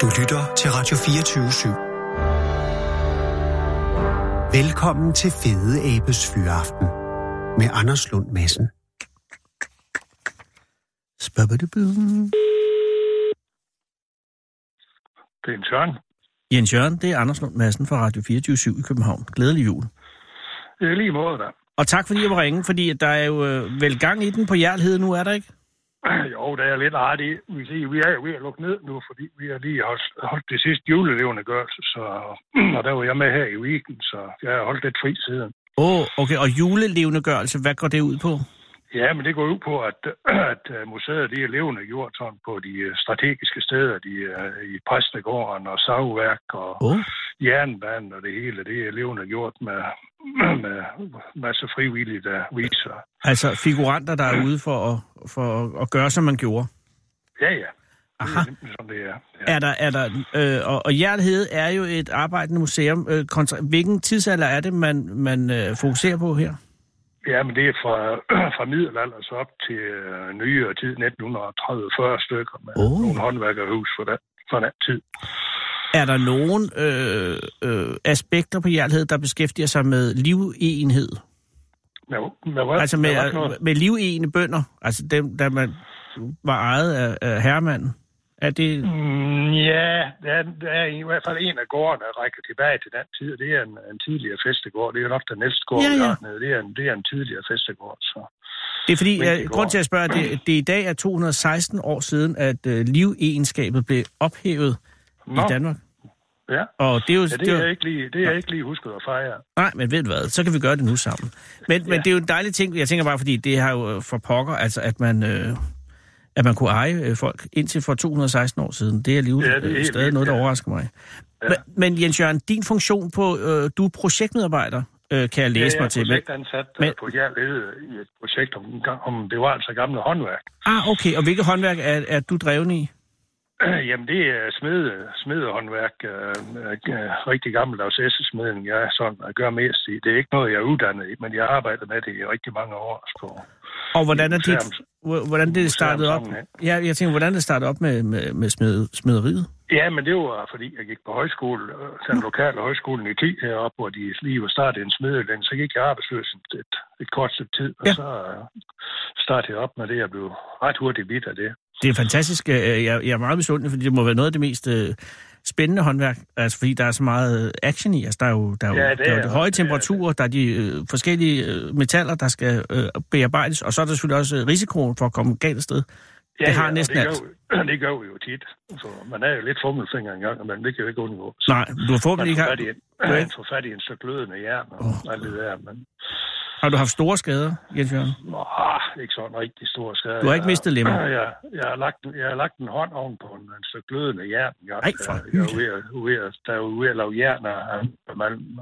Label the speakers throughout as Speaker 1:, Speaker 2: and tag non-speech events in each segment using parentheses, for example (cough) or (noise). Speaker 1: Du lytter til Radio 24 /7. Velkommen til Fede Abes Fyraften med Anders Lund Madsen. Spabbadabum.
Speaker 2: Det er en Søren.
Speaker 3: Jens Jørgen, det er Anders Lund Madsen fra Radio 24 i København. Glædelig jul.
Speaker 2: Det er lige måde, da.
Speaker 3: Og tak fordi jeg må ringe, fordi der er jo øh, vel gang i den på Jarlhed nu, er der ikke?
Speaker 2: (clears throat) Jo, der er lidt ret i. Vi, siger, vi er jo ved at lukke ned nu, fordi vi har lige holdt, holdt det sidste julelevende gørelse, så, (clears throat) og der var jeg med her i weekenden, så jeg har holdt lidt fri siden.
Speaker 3: Åh, oh, okay. Og julelevende gørelse, hvad går det ud på?
Speaker 2: Ja, men det går ud på, at, (clears throat) at øh, museet de er levende gjort sådan på de øh, strategiske steder, de er i Præstegården og Savværk og oh. jernbanen og det hele, det er levende gjort med, (clears throat) med masser frivillige, der viser.
Speaker 3: Altså figuranter, der er ude for at, for at gøre, som man gjorde?
Speaker 2: Ja, ja.
Speaker 3: Aha. Det er, som det er. Ja. er der, er der, øh, og, og Jernhede er jo et arbejdende museum. Øh, kontra, hvilken tidsalder er det, man, man øh, fokuserer på her?
Speaker 2: Ja, men det er fra, (clears throat) fra middelalder så op til øh, nyere tid, 1930-40 stykker, med oh. nogle håndværkerhus fra den, fra den tid.
Speaker 3: Er der nogen øh, øh, aspekter på Hjerthed, der beskæftiger sig med livenhed?
Speaker 2: Ja, hvad,
Speaker 3: altså med, hvad med livegende bønder, altså dem, der man var ejet af, af herremanden? Er det...
Speaker 2: Mm, ja, der er, der er i hvert fald en af gårdene, der rækker tilbage til den tid. Det er en, en tidligere festegård. Det er nok den næste gård, ja, ja. Dernede. Det, er en, det er en tidligere festegård. Så.
Speaker 3: Det er fordi, jeg, grund til at spørge, at det, det i dag er 216 år siden, at øh, livegenskabet blev ophævet Nå. i Danmark.
Speaker 2: Ja,
Speaker 3: og det er, jo,
Speaker 2: ja, det, er jeg ikke lige, det er jeg ikke lige husket at fejre.
Speaker 3: Nej, men ved du hvad, så kan vi gøre det nu sammen. Men, ja. men det er jo en dejlig ting, jeg tænker bare, fordi det har jo for pokker, altså at man... Øh, at man kunne eje øh, folk indtil for 216 år siden. Det er alligevel ja, det er stadig helt, noget, der ja. overrasker mig. Ja. Men, men Jens Jørgen, din funktion på, øh, du er projektmedarbejder, øh, kan jeg læse ja, jeg
Speaker 2: mig
Speaker 3: til.
Speaker 2: Ja, jeg er projektansat men... øh, på Jærlede i et projekt om, om det var altså gamle håndværk.
Speaker 3: Ah, okay. Og hvilket håndværk er, er du dreven i?
Speaker 2: (clears throat) Jamen, det er smede, smedehåndværk. Øh, øh, rigtig gammeldags essesmeden, jeg sådan, jeg gør mest i. Det er ikke noget, jeg er uddannet i, men jeg arbejder med det i rigtig mange år. På,
Speaker 3: og hvordan er det, hvordan det startede op? Ja, jeg tænker, hvordan det startede op med, med, med smed, smederiet?
Speaker 2: Ja, men det var, fordi jeg gik på højskole, øh, den lokale højskolen i T heroppe, hvor de lige var startet en smedeløn, så gik jeg arbejdsløs et, et kort stykke tid, og ja. så øh, startede jeg op med det, jeg blev ret hurtigt vidt af det.
Speaker 3: Det er fantastisk. Jeg, jeg er meget misundelig, fordi det må være noget af det mest øh, spændende håndværk, altså fordi der er så meget action i. Altså, der er jo, der er jo, ja, det, er, der er jo de høje temperaturer, der er de øh, forskellige øh, metaller, der skal øh, bearbejdes, og så er der selvfølgelig også øh, risikoen for at komme galt afsted.
Speaker 2: Ja, det har ja, næsten det gør, alt. Jo, (clears throat) det gør vi jo tit. Så man er jo lidt fummelfinger engang, men det kan jo ikke undgå. Så
Speaker 3: Nej, du har forhåbentlig ikke...
Speaker 2: Fat i, man får fat i en så glødende jern og oh. alt det der, men...
Speaker 3: Har du haft store skader, Jens Jørgen?
Speaker 2: Nå, ikke sådan rigtig store skader.
Speaker 3: Du har ikke mistet lemmer?
Speaker 2: Jeg, jeg, jeg, har, lagt, jeg har lagt en hånd oven på en, en så glødende jern. Jeg,
Speaker 3: Ej, for
Speaker 2: jeg, jeg er ude, ude, der er ude at lave jern af malm.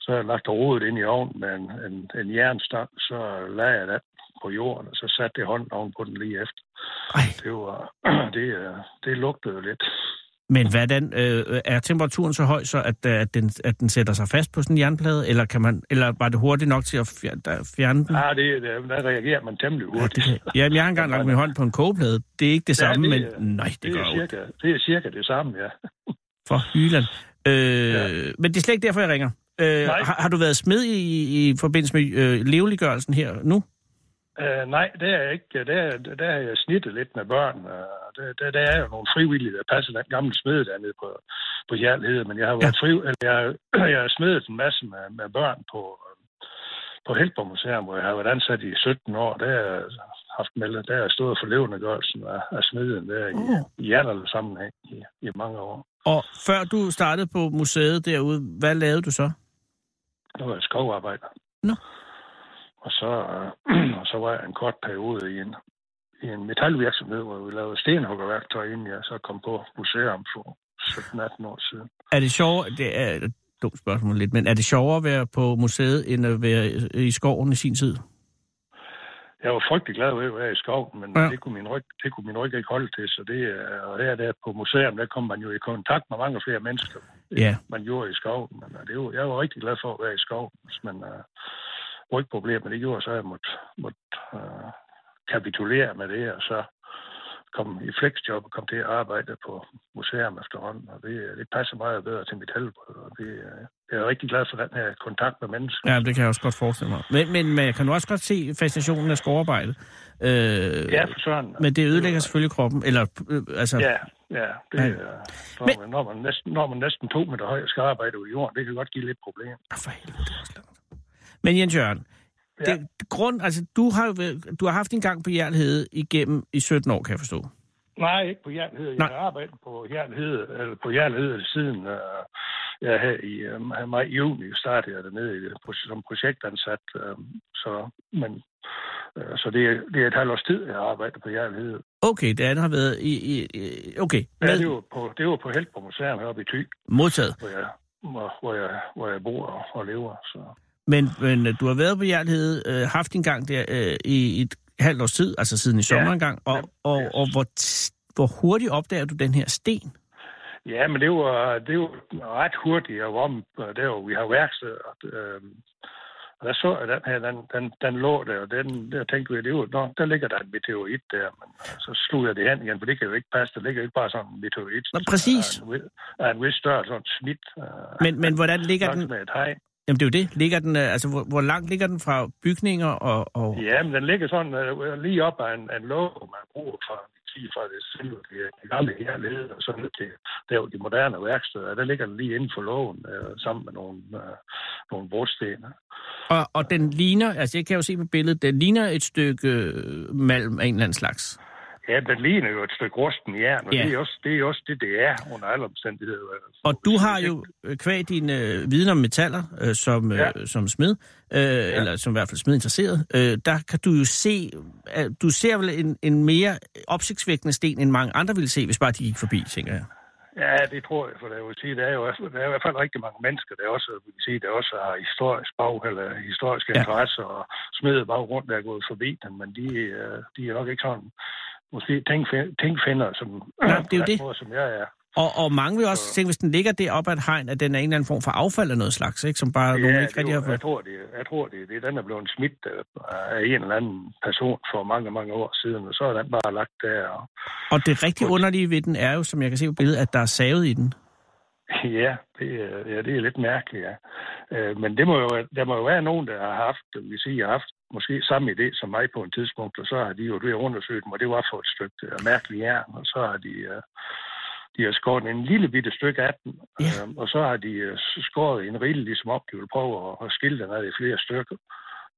Speaker 2: Så har jeg lagt rodet ind i ovnen med en, en, en jernstang, så lagde jeg det på jorden, og så satte jeg hånden oven på den lige efter.
Speaker 3: Ej.
Speaker 2: Det, var, (clears throat) det, det lugtede lidt.
Speaker 3: Men hvordan, øh, er temperaturen så høj, så at, øh, at, den, at den sætter sig fast på sådan en jernplade, eller, kan man, eller var det hurtigt nok til at fjerne den?
Speaker 2: Nej, ah, det, det, der reagerer man temmelig hurtigt.
Speaker 3: Mm. Ja, det, ja jeg har engang lagt min hånd på en kogeplade. Det er ikke det samme, ja, det, men nej, det, det gør
Speaker 2: er cirka, ud. Det er cirka det samme, ja. (laughs)
Speaker 3: For hyland. Øh, ja. Men det er slet ikke derfor, jeg ringer. Øh, nej. har, har du været smed i, i forbindelse med øh, leveliggørelsen her nu?
Speaker 2: Uh, nej, det er jeg ikke. Der, der har jeg snittet lidt med børn. Uh, der, der, der er jo nogle frivillige, der passer den gamle smed dernede på, på Hjerthed, men jeg har været ja. fri, eller jeg, (clears throat) jeg har smedet en masse med, med børn på, øh, på Helborg Museum, hvor jeg har været ansat i 17 år. Der har haft meldt, der har stået for levende gørelsen af, af smeden der i, uh. i hjertelig sammenhæng i, i mange år.
Speaker 3: Og før du startede på museet derude, hvad lavede du så?
Speaker 2: Jeg var skovarbejder.
Speaker 3: Nå. No.
Speaker 2: Og så, øh, (clears throat) og så var jeg en kort periode i en, i en metalvirksomhed, hvor vi lavede stenhuggerværktøj, inden jeg så kom på museum for 17-18 år siden.
Speaker 3: Er det sjovt, det er et dumt spørgsmål lidt, men er det sjovere at være på museet, end at være i skoven i sin tid?
Speaker 2: Jeg var frygtelig glad ved at være i skoven, men ja. det, kunne min ryg, det kunne min ryg ikke holde til, så det og der, der på museum, der kom man jo i kontakt med mange flere mennesker,
Speaker 3: ja.
Speaker 2: man gjorde i skoven. Men øh, det var, jeg var rigtig glad for at være i skoven, men øh, rygproblemer, det gjorde så, jeg måtte, måtte øh, kapitulere med det, og så kom i flexjob og kom til at arbejde på museum efterhånden, og det, det passer meget bedre til mit helbred, og det, øh, jeg er rigtig glad for den her kontakt med mennesker.
Speaker 3: Ja, det kan jeg også godt forestille mig. Men, men man kan jo også godt se fascinationen af skovarbejde.
Speaker 2: Øh, ja, for sådan.
Speaker 3: Men det ødelægger selvfølgelig kroppen, eller øh, altså...
Speaker 2: Ja, ja, det ja. er... Når, men... man, når, man næsten, når man næsten to meter høj skal arbejde ude i jorden, det kan godt give lidt problemer.
Speaker 3: Ja, Ah, for helvede, det er også langt. Men Jens Jørgen, ja. det, grund, altså, du, har jo, du har haft en gang på Jernhede igennem i 17 år, kan jeg forstå.
Speaker 2: Nej, ikke på Jernhede. Jeg har arbejdet på Jernhede, eller på Jernhede siden... Øh, ja, her i øh, maj juni startede jeg dernede i det, som projektansat. Øh, så, men, øh, så det, er, det er et halvt års tid, jeg har arbejdet på Jernhede.
Speaker 3: Okay, det andet har været i... i, i okay.
Speaker 2: Med... Ja, det var på, det var på Help på Museum heroppe i Thy.
Speaker 3: Modtaget.
Speaker 2: Hvor jeg, hvor, hvor jeg, hvor jeg bor og, og lever. Så.
Speaker 3: Men, men øh, du har været på Jernhede, øh, haft en gang der øh, i et halvt års tid, altså siden i sommer ja. engang, og, ja, og, og, og hvor, hvor hurtigt opdager du den her sten?
Speaker 2: Ja, men det var, det var ret hurtigt at om, der hvor vi har værksted. Øh, og der så jeg den her, den, den, den lå der, og den, der tænkte vi, det var, nå, der ligger der en meteorit der, men øh, så slog jeg det hen igen, for det kan jo ikke passe, der ligger ikke bare sådan en meteorit.
Speaker 3: Nå, præcis.
Speaker 2: Af en, af en vis større sådan snit. øh,
Speaker 3: Men, men hvordan ligger den?
Speaker 2: Med et hegn.
Speaker 3: Jamen det er jo det. Ligger den, altså, hvor, hvor langt ligger den fra bygninger og... og...
Speaker 2: Ja, men den ligger sådan uh, lige op af en, en låg, man bruger fra, sige, fra det selve det gamle herlede, og så ned til der, de moderne værksteder. Der ligger den lige inden for lågen, uh, sammen med nogle, uh, nogle brudstener.
Speaker 3: Og, og den ligner, altså jeg kan jo se på billedet, den ligner et stykke øh, malm af en eller anden slags.
Speaker 2: Ja, den ligner jo et stykke rusten jern, og ja. det, er også, det er også det, det er under alle omstændigheder. øh,
Speaker 3: Og du har jo kvæg din øh, viden om metaller øh, som, ja. øh, som smed, øh, ja. eller som i hvert fald smed interesseret, øh, der kan du jo se, øh, du ser vel en, en mere opsigtsvækkende sten, end mange andre ville se, hvis bare de gik forbi, tænker jeg.
Speaker 2: Ja, det tror jeg, for det vil sige, der er jo der er i hvert fald rigtig mange mennesker, der også, vil sige, der også har historisk bag, eller historiske ja. interesser, og smedet baggrund, der er gået forbi dem, men de, øh, de er nok ikke sådan måske tænkfinder, som,
Speaker 3: Nej, det er
Speaker 2: (clears throat)
Speaker 3: jo det.
Speaker 2: Måde, som jeg er.
Speaker 3: Og, og mange vil også så... tænke, hvis den ligger deroppe af et hegn, at den er en eller anden form for affald af noget slags, ikke? som bare ja, nogen ikke rigtig har fået.
Speaker 2: Jeg tror, det, jeg tror det, det er den, der blev en smidt øh, af en eller anden person for mange, mange år siden, og så er den bare lagt der. Og,
Speaker 3: og det rigtig underlige ved den er jo, som jeg kan se på billedet, at der er savet i den.
Speaker 2: (laughs) Ja, det, ja, det er lidt mærkeligt, ja. Øh, Men det må jo, der må jo være nogen, der har haft, vi siger, har haft måske samme idé som mig på et tidspunkt, og så har de jo det undersøgt dem, og det var for et stykke øh, mærkeligt jern, og så har de, øh, de har skåret en lille bitte stykke af den, ja. Øhm, og så har de øh, skåret en rille, ligesom op, de vil prøve at skille den ad i flere stykker.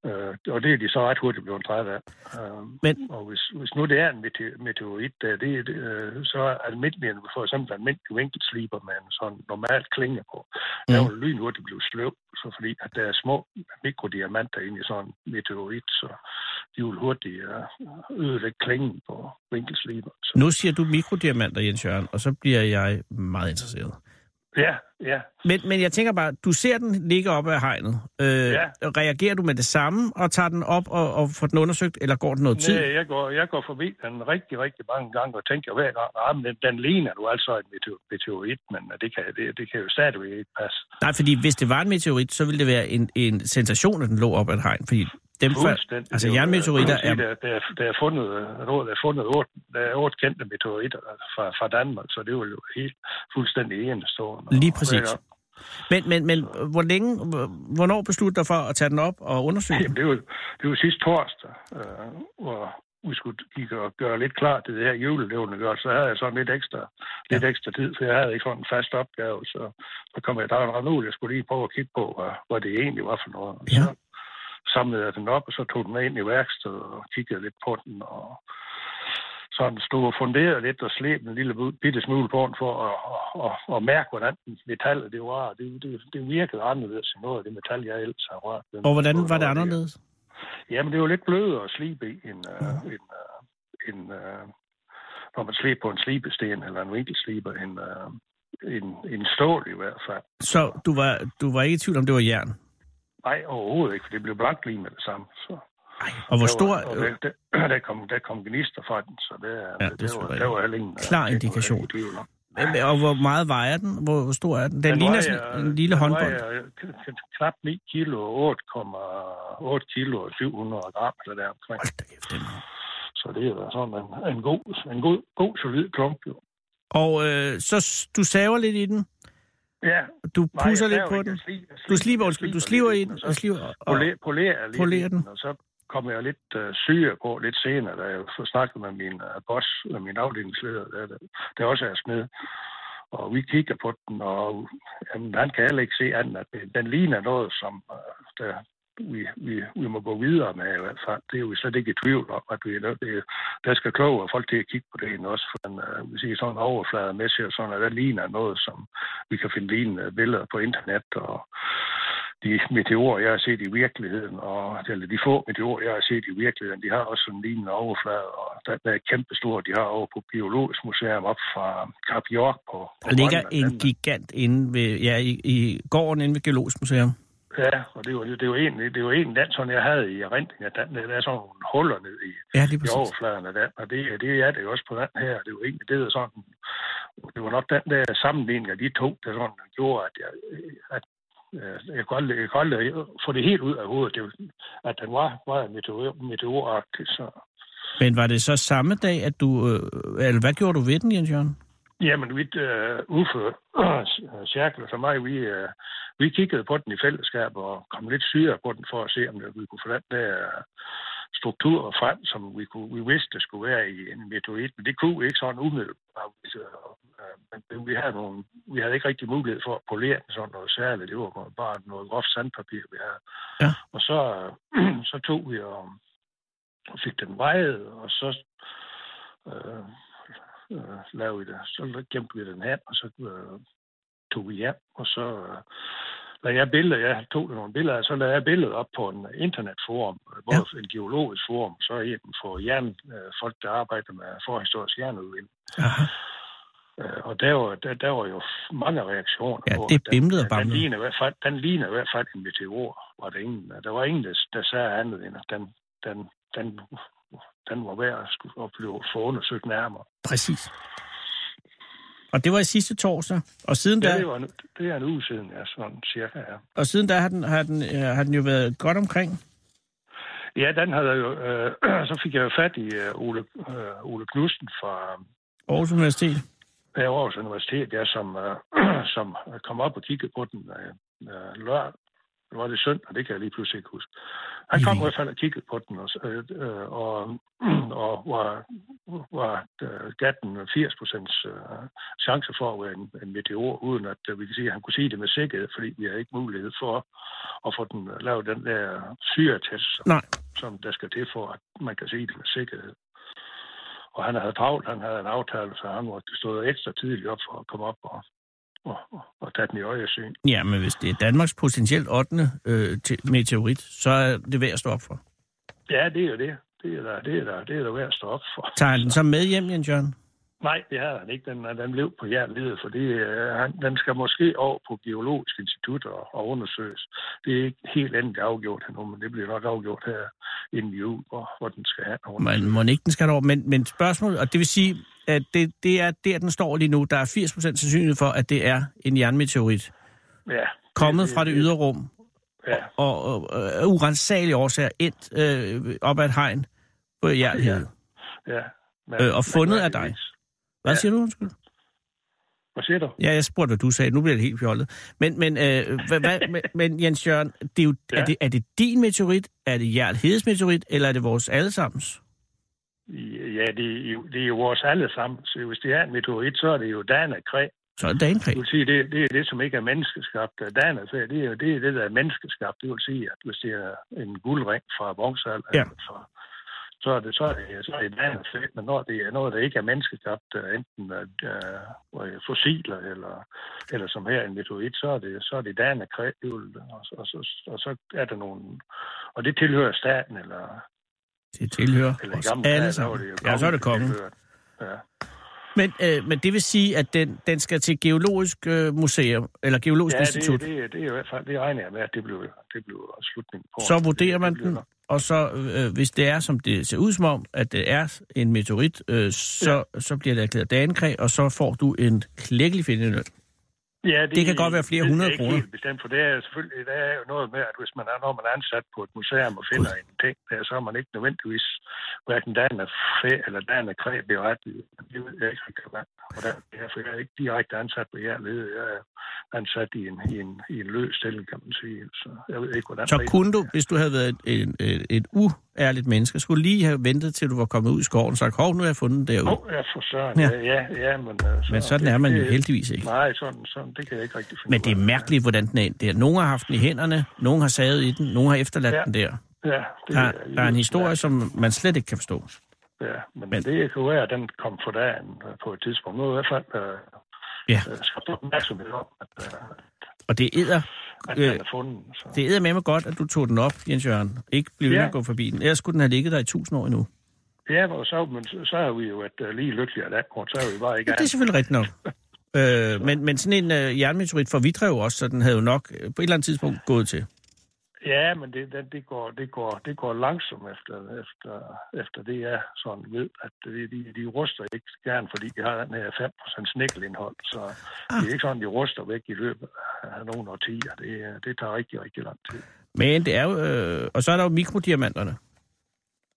Speaker 2: Øh, og det er de så ret hurtigt blevet trætte af. Øh, Men... Og hvis, hvis nu det er en meteorit, det, det, øh, så er almindelig, for eksempel almindelig vinkelsliber med en sådan normal klinge på, mm. der vil lynhurtigt blive sløv, så fordi at der er små mikrodiamanter inde i sådan en meteorit, så de vil hurtigt øh, ødelægge klingen på vinkelsliber. Så.
Speaker 3: Nu siger du mikrodiamanter, Jens Jørgen, og så bliver jeg meget interesseret.
Speaker 2: Ja, ja.
Speaker 3: Men, men jeg tænker bare, du ser den ligge oppe af hegnet. Øh, ja. Reagerer du med det samme og tager den op og, og får den undersøgt, eller går den noget tid?
Speaker 2: Nej, jeg går, jeg går forbi den rigtig, rigtig mange gange og tænker hver gang, at den, den ligner du altså en meteorit, men det kan, det, det kan jo stadigvæk ikke passe.
Speaker 3: Nej, fordi hvis det var en meteorit, så ville det være en, en sensation, at den lå op af et hegn, fordi dem for, altså jernmeteoritter
Speaker 2: er... Der, der, der, er fundet, øh, der er fundet otte, der er otte kendte meteoritter øh, fra, fra Danmark, så det er jo helt fuldstændig enestående.
Speaker 3: Lige præcis. Og, men, men, men hvor længe, hvornår besluttede dig for at tage den op og undersøge
Speaker 2: Jamen, det var, det var sidste torsdag, øh, hvor vi skulle gik og gøre lidt klar til det her julelevende gør, så havde jeg sådan lidt ekstra, ja. lidt ekstra tid, for jeg havde ikke sådan en fast opgave, så, så kom jeg der og ud, jeg skulle lige prøve at kigge på, hvad, hvad det egentlig var for noget.
Speaker 3: Ja.
Speaker 2: Så, samlede jeg den op, og så tog den med ind i værkstedet og kiggede lidt på den, og sådan stod og funderede lidt og slæb en lille bitte smule på den for at, at, at, at mærke, hvordan metallet det var. Det, det, det virkede anderledes end noget af det metal, jeg ellers har rørt. Den
Speaker 3: og hvordan var det anderledes?
Speaker 2: Jamen, det var lidt blødere at slibe end, ja. uh, end, uh, end uh, når man slæber på en slibesten eller en vinkelsliber, end, uh, en, en stål i hvert fald.
Speaker 3: Så du var, du var ikke i tvivl om, det var jern?
Speaker 2: Nej, overhovedet ikke, for det blev blankt lige med det samme. Så.
Speaker 3: Ej, og hvor stor...
Speaker 2: Der, var, og der, der, (clears throat) der, kom, der kom gnister fra den, så det, ja, det, det, var, det var heller ingen...
Speaker 3: Klar indikation. Ikke, og hvor meget vejer den? Hvor stor er den? Den, den ligner sådan en lille den håndbold. Den
Speaker 2: knap 9 kilo, 8,8 kilo og 700 gram, eller der omkring.
Speaker 3: Hold da kæft, den her.
Speaker 2: Så så det er sådan en, en, god, en god, god, solid klump, jo.
Speaker 3: Og øh, så du saver lidt i den?
Speaker 2: Ja.
Speaker 3: Du pusser Nej, lidt på ikke. den? Sliver, sliver, du sliver, undskyld, du sliver i den og sliver... Og, og
Speaker 2: polerer, polerer lidt
Speaker 3: polerer den.
Speaker 2: Og så kom jeg lidt øh, syre på lidt senere, da jeg snakkede med min øh, boss, med min afdelingsleder, der, der, der også er smed. Og vi kigger på den, og jamen, han kan heller ikke se andet, at den ligner noget, som øh, der, vi, vi, vi må gå videre med i hvert fald. Det er vi slet ikke i tvivl om, at vi er nødt til, der skal klogere folk til at kigge på det end også, for den, øh, vi siger sådan overflademæssigt og sådan, at der ligner noget, som vi kan finde lignende billeder på internet, og de meteorer, jeg har set i virkeligheden, og eller de få meteorer, jeg har set i virkeligheden, de har også sådan en lignende overflade, og der, der er kæmpestore, de har over på Biologisk Museum op fra Kap York. På, på
Speaker 3: der ligger Grønland. en gigant inde ved, ja, i, i gården inde ved Geologisk Museum.
Speaker 2: Ja, og det var, det var egentlig, det var egentlig den, sådan jeg havde i erindring, at den, der er sådan nogle huller ned i,
Speaker 3: ja,
Speaker 2: i overfladerne der, og det, det er det jo også på den her, det var egentlig det, der sådan, det var nok den der sammenligning af de to, der sådan gjorde, at, jeg, at øh, jeg kan aldrig, jeg kan aldrig få det helt ud af hovedet, det, at den var, var meteor, meteoragtig. Så.
Speaker 3: Men var det så samme dag, at du... Øh, eller hvad gjorde du ved den, Jens Jørgen?
Speaker 2: Jamen, vi øh, Uffe, øh, Cirkel og mig, vi, øh, vi kiggede på den i fællesskab og kom lidt syre på den for at se, om det, vi kunne få den der øh, struktur frem, som vi, kunne, vi vidste, det skulle være i en meteorit. Men det kunne vi ikke sådan umiddelbart. altså, øh, Men vi havde, nogle, vi havde ikke rigtig mulighed for at polere den sådan noget særligt. Det var bare noget groft sandpapir, vi havde.
Speaker 3: Ja.
Speaker 2: Og så, (clears throat) så tog vi og, og fik den vejet, og så... Øh, øh, lavede vi det. Så gemte vi den her, og så øh, tog vi hjem, og så øh, lagde jeg billeder, jeg tog nogle billeder, så lagde jeg billedet op på en internetforum, både ja. en geologisk forum, så en for jern, øh, folk, der arbejder med forhistorisk jernudvinding. Øh, og der var, der, der var jo mange reaktioner.
Speaker 3: Ja, det bimlede og
Speaker 2: bamlede. Den ligner i hvert fald, den ligner i hvert fald en meteor, var det ingen. Der var ingen, der, der sagde andet end, at den, den, den den var værd at skulle opleve få undersøgt nærmere.
Speaker 3: Præcis. Og det var i sidste torsdag, og siden
Speaker 2: ja,
Speaker 3: der...
Speaker 2: det, var en, det er en uge siden, ja, sådan cirka, ja.
Speaker 3: Og siden der har den, har den, øh, har den jo været godt omkring?
Speaker 2: Ja, den havde jo... Øh, (clears throat) så fik jeg jo fat i øh, Ole, øh, Ole Knudsen fra...
Speaker 3: Aarhus Universitet?
Speaker 2: Ja, Aarhus Universitet, ja, som, øh, (clears throat) som kom op og kiggede på den øh, lørdag, det var det søndag, det kan jeg lige pludselig ikke huske. Han kom i hvert fald og kiggede på den, og, øh, og, (clears throat) og var, var øh, gav den 80 procents øh, chance for at være en, en meteor, uden at øh, vi kan sige, at han kunne sige det med sikkerhed, fordi vi har ikke mulighed for at få den øh, lavet den der syretest, som,
Speaker 3: Nej.
Speaker 2: som der skal til for, at man kan sige det med sikkerhed. Og han havde travlt, han havde en aftale, så han var stået ekstra tidligt op for at komme op og, og, og tage den i øjesyn.
Speaker 3: Ja, men hvis det er Danmarks potentielt 8. Øh, meteorit, så er det værd at stå op for.
Speaker 2: Ja, det er jo det. Det er der, det er der, det er der værd at stå op for.
Speaker 3: Tager den så med hjem, Jens Jørgen?
Speaker 2: Nej, det havde han ikke. Den, den blev på hjertet, for det, øh, han, den skal måske over på Geologisk Institut og, og undersøges. Det er ikke helt endelig afgjort endnu, men det bliver nok afgjort her inden jul, hvor, hvor den skal have.
Speaker 3: Men må ikke, den skal over. Men, men spørgsmålet, og det vil sige, at det, det er der, den står lige nu. Der er 80% sandsynlighed for, at det er en jernmeteorit.
Speaker 2: Ja.
Speaker 3: Kommet det, det, fra det ydre rum.
Speaker 2: Ja.
Speaker 3: Og, og, og urensagelige årsager endt øh, op ad et hegn på hjertet.
Speaker 2: Ja. ja.
Speaker 3: Men, øh, og fundet af dig. Hvad ja. siger du, undskyld?
Speaker 2: Hvad siger du?
Speaker 3: Ja, jeg spurgte, hvad du sagde. Nu bliver det helt fjollet. Men, men, øh, hvad, hvad, men Jens Jørgen, det er, jo, ja. er, det, er det din meteorit, er det Jarl Hedes meteorit, eller er det vores allesammens?
Speaker 2: Ja, det, er, det er jo vores allesammen. Så hvis det er en meteorit, så er det jo Danakræ.
Speaker 3: Så er det Danakræ.
Speaker 2: Det vil sige, det, det er det, som ikke er menneskeskabt. Danakræ, det er jo det, er det, der er menneskeskabt. Det vil sige, at hvis det er en guldring fra bronzeal,
Speaker 3: ja.
Speaker 2: fra, så er det, så er det, så er det Danakræ. Men når det er noget, der ikke er menneskeskabt, enten øh, fossiler eller, eller som her en meteorit, så er det, så er det Danakræ. Og, og, og, så, og så er der nogle... Og det tilhører staten eller
Speaker 3: det tilhører Eller os gamle, alle sammen. Det ja, så er det kongen. Ja. Men, øh, men det vil sige, at den, den skal til Geologisk øh, Museum, eller Geologisk
Speaker 2: ja,
Speaker 3: Institut?
Speaker 2: Ja, det, det, det, er i hvert fald, det regner jeg med, at det blev, det blev slutningen på. Altså,
Speaker 3: Så vurderer det, man det, det den, og så øh, hvis det er, som det ser ud som om, at det er en meteorit, øh, så, ja. så bliver det erklæret dagenkræg, og så får du en klækkelig findeløn. Ja, det, det kan godt være flere
Speaker 2: det,
Speaker 3: hundrede
Speaker 2: det er
Speaker 3: kroner.
Speaker 2: Ikke helt bestemt, for det er selvfølgelig det er jo noget med, at hvis man er, når man er ansat på et museum og finder en ting, der, så er man ikke nødvendigvis hverken dagen er fæ eller dagen er kræb i ret. Det ved jeg ikke, hvad det kan være. Og der, derfor jeg er ikke direkte ansat på jer led. Jeg er ansat i en, i, en, i en løs stilling, kan man sige. Så jeg ved ikke, hvordan
Speaker 3: Så
Speaker 2: det er.
Speaker 3: kunne du, hvis du havde været et, et, et uærligt menneske, skulle lige have ventet til du var kommet ud i skoven og sagt, hov, nu har jeg fundet den derude.
Speaker 2: Åh, ja, for søren. Ja, ja, ja men... Altså,
Speaker 3: Men sådan er man jo heldigvis ikke.
Speaker 2: Nej, sådan, sådan, det kan jeg ikke rigtig finde
Speaker 3: Men det er
Speaker 2: ud af.
Speaker 3: mærkeligt, hvordan den er endt der. Nogen har haft den i hænderne, nogen har saget i den, nogen har efterladt
Speaker 2: Ja.
Speaker 3: den der.
Speaker 2: Ja, det
Speaker 3: Der, der er en
Speaker 2: ja.
Speaker 3: historie, som man slet ikke kan forstå.
Speaker 2: Ja, men,
Speaker 3: Men-
Speaker 2: men det kan jo være, at den kom for dagen øh, på et tidspunkt. Nu er i hvert fald øh,
Speaker 3: Ja,
Speaker 2: øh, skabt opmærksomhed om, at, øh,
Speaker 3: og det æder,
Speaker 2: at
Speaker 3: Øh,
Speaker 2: den er fundet. Så.
Speaker 3: det æder med mig godt, at du tog den op, Jens Jørgen. Ikke blive ved med
Speaker 2: Ja.
Speaker 3: at gå forbi den. Ellers skulle den have ligget der i tusind år endnu.
Speaker 2: Ja, hvor så, men så, så er vi jo at, øh, lige lykkelige af den grund. Så er vi bare
Speaker 3: Ja,
Speaker 2: ikke
Speaker 3: det er selvfølgelig rigtigt nok. Øh, men, men sådan en øh, jernmeteorit forvidrer jo også, så den havde jo nok øh, på et eller andet tidspunkt gået til.
Speaker 2: Ja, men det, det, det, går, det, går, det går langsomt efter, efter, efter det, jeg sådan ved, at de, de, de ruster ikke gerne, fordi de har den her 5% nikkelindhold. Så ah. det er ikke sådan, de ruster væk i løbet af nogle årtier. Det, øh, det tager rigtig, rigtig lang tid.
Speaker 3: Men det er jo, øh, og så er der jo mikrodiamanterne.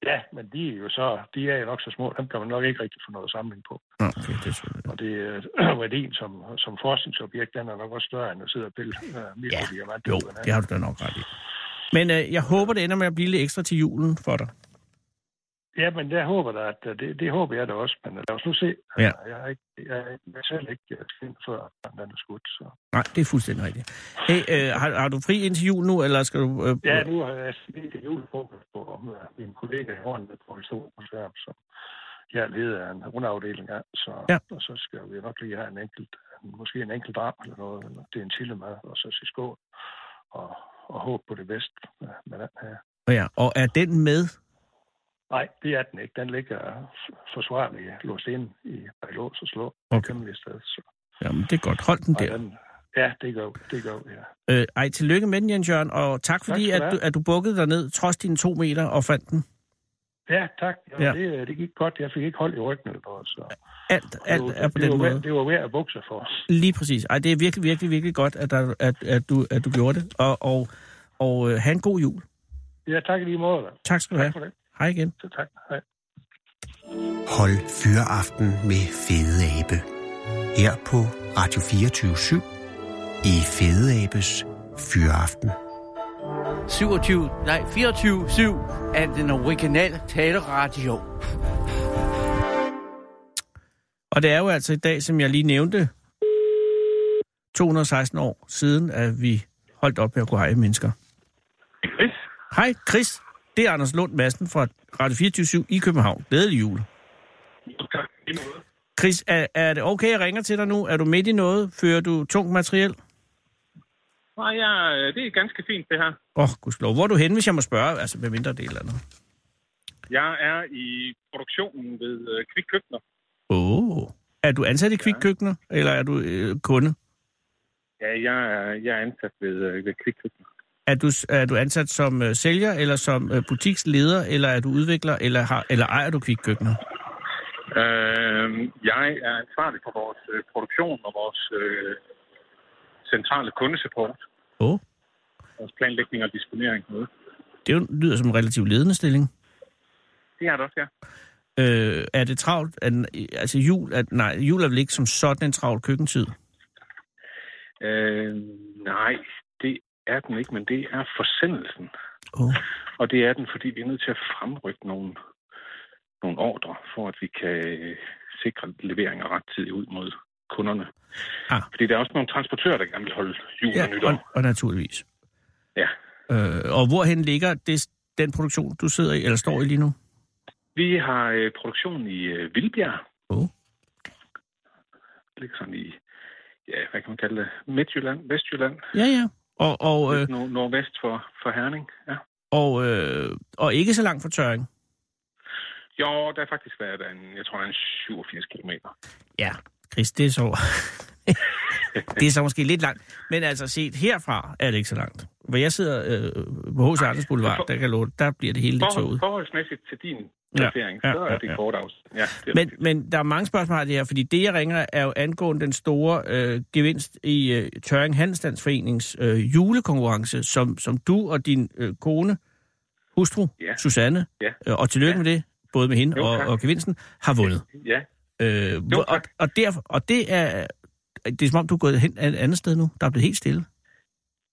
Speaker 2: Ja, men de er jo så, de er jo nok så små, dem kan man nok ikke rigtig få noget samling på.
Speaker 3: Nå, okay, det er selvfølgelig.
Speaker 2: Og det (clears throat) er værdien som, som forskningsobjekt, den er nok også større end at sidde og pille øh,
Speaker 3: Ja,
Speaker 2: mikrodiamanter.
Speaker 3: jo,
Speaker 2: ud af hinanden.
Speaker 3: det har du da nok ret i. Men øh, jeg håber, det ender med at blive lidt ekstra til julen for dig.
Speaker 2: Ja, men jeg håber da, at øh, det, det håber jeg da også, men øh, lad os nu se. Altså,
Speaker 3: Ja.
Speaker 2: Jeg er ikke, jeg er jeg er selv ikke øh, kendt før den er skudt, så.
Speaker 3: Nej, det er fuldstændig rigtigt. Hey, øh, har, har du fri indtil jul nu, eller skal du... Øh,
Speaker 2: Ja, nu har jeg lige et julefrokost på med min kollega i hånden på Historisk Museum, som jeg er leder af en underafdeling af, så,
Speaker 3: Ja.
Speaker 2: og så skal vi nok lige have en enkelt, måske en enkelt dram eller noget, eller det er en chillemad, og så sige skål, og, og håbe på det bedste med, med den her.
Speaker 3: ja. Og er den med?
Speaker 2: Nej, det er den ikke. Den ligger f- forsvarligt låst ind i bag lås og slå.
Speaker 3: Okay.
Speaker 2: Hemmelige sted. Så.
Speaker 3: Jamen, det er godt. Hold den
Speaker 2: Og
Speaker 3: der.
Speaker 2: den, ja, det gør vi, det gør vi, ja.
Speaker 3: Øh, ej, tillykke med den, Jens Jørgen, og tak fordi,
Speaker 2: skal
Speaker 3: tak
Speaker 2: du
Speaker 3: at, du,
Speaker 2: have.
Speaker 3: at du bukkede dig ned, trods dine to meter, og fandt den.
Speaker 2: Ja, tak. Jo,
Speaker 3: Ja.
Speaker 2: ja. Det, øh, det gik godt. Jeg fik ikke hold i ryggen eller noget, så
Speaker 3: Alt,
Speaker 2: det,
Speaker 3: alt
Speaker 2: var-
Speaker 3: er på
Speaker 2: det,
Speaker 3: den
Speaker 2: var, værd-
Speaker 3: måde.
Speaker 2: Det var værd at bukse for.
Speaker 3: Lige præcis. Ej, det er virkelig, virkelig, virkelig godt, at, der, at, at, du, at du gjorde det. Og, og, og øh, have en god jul.
Speaker 2: Ja, tak i lige måde. da.
Speaker 3: Tak skal du
Speaker 2: Tak for
Speaker 3: have.
Speaker 2: det.
Speaker 3: Hej igen.
Speaker 2: Så tak. Hej.
Speaker 1: Hold Fyraften med Fede Abe. Her på Radio 24 i Fede Abes Fyraften.
Speaker 4: 27, nej, 24-7 af den originale taleradio.
Speaker 3: Og det er jo altså i dag, som jeg lige nævnte, 216 år siden, at vi holdt op med at kunne eje mennesker.
Speaker 5: Chris?
Speaker 3: Hej, Chris. Det er Anders Lund Madsen fra Radio 24 i København. Glædelig jul.
Speaker 5: Tak, i lige måde.
Speaker 3: Chris, er, er det okay, jeg ringer til dig nu? Er du midt i noget? Fører du tungt materiel?
Speaker 5: Nej, ja, øh, det er ganske fint, det her.
Speaker 3: Åh, oh, gudskelov. Hvor er du henne, hvis jeg må spørge? Altså, med mindre det er et eller andet.
Speaker 5: Jeg er i produktionen ved øh, Kvik Køkkener.
Speaker 3: Åh. Oh. Er du ansat i kvikkøkkener, eller er du øh, kunde?
Speaker 5: Ja, jeg er, jeg er ansat ved, øh, ved Kvik Køkkener.
Speaker 3: Er du, er du ansat som øh, sælger, eller som øh, butiksleder, eller er du udvikler, eller, har, eller ejer du kvikkøkkener?
Speaker 5: Øh, jeg er ansvarlig for vores øh, produktion og vores øh, centrale kundesupport.
Speaker 3: Åh. Oh.
Speaker 5: Vores planlægning og disponering. og noget.
Speaker 3: Det er jo- lyder som en relativt ledende stilling.
Speaker 5: Det er det også, ja.
Speaker 3: Øh, er det travlt? Er den, altså jul er, nej, jul er vel ikke som sådan en travl køkkentid?
Speaker 5: Øh, nej, det er den ikke, men det er forsendelsen.
Speaker 3: Oh.
Speaker 5: Og det er den, fordi vi er nødt til at fremrykke nogle, nogle ordre, for at vi kan øh, sikre leveringer rettidigt ud mod kunderne.
Speaker 3: Ah.
Speaker 5: Fordi der er også nogle transportører, der gerne vil holde jul ja, og
Speaker 3: Ja,
Speaker 5: nytår.
Speaker 3: og, og naturligvis.
Speaker 5: Ja.
Speaker 3: Øh, og hvorhen ligger det, den produktion, du sidder i, eller står i lige nu?
Speaker 5: Vi har øh, produktion i øh, Vildbjerg.
Speaker 3: Åh.
Speaker 5: Det ligger sådan i, ja, hvad kan man kalde det? Midtjylland, Vestjylland,
Speaker 3: Ja, ja. Og, og, øh,
Speaker 5: øh. nord- nordvest for, for Herning. Ja.
Speaker 3: og, øh, og ikke så langt fra Tøring.
Speaker 5: Jo, der har faktisk været en, jeg tror, der er en 87 km.
Speaker 3: Ja, Chris, det er så... (laughs) det er så måske lidt langt. Men altså set herfra er det ikke så langt. Hvor jeg sidder øh, på H.C. Anders Boulevard,
Speaker 5: for-
Speaker 3: der, kan låne, der bliver det hele det
Speaker 5: Forhold,
Speaker 3: toget.
Speaker 5: forholdsmæssigt til din
Speaker 3: Ja,
Speaker 5: placering,
Speaker 3: ja,
Speaker 5: så
Speaker 3: ja,
Speaker 5: er det
Speaker 3: ja.
Speaker 5: kort afs. Ja, det er
Speaker 3: Men, men der er mange spørgsmål her, det her, fordi det, jeg ringer, er jo angående den store øh, gevinst i øh, Tøring Handelsstandsforenings øh, julekonkurrence, som, som du og din øh, kone, hustru,
Speaker 5: Ja.
Speaker 3: Susanne,
Speaker 5: Ja.
Speaker 3: øh, og tillykke
Speaker 5: Ja.
Speaker 3: med det, både med hende
Speaker 5: Jo,
Speaker 3: og,
Speaker 5: tak.
Speaker 3: og gevinsten, har vundet.
Speaker 5: Ja,
Speaker 3: Øh, hvor- og,
Speaker 5: tak.
Speaker 3: og, derfor, og det er... Det er som om, du er gået hen et andet sted nu. Der er blevet helt stille.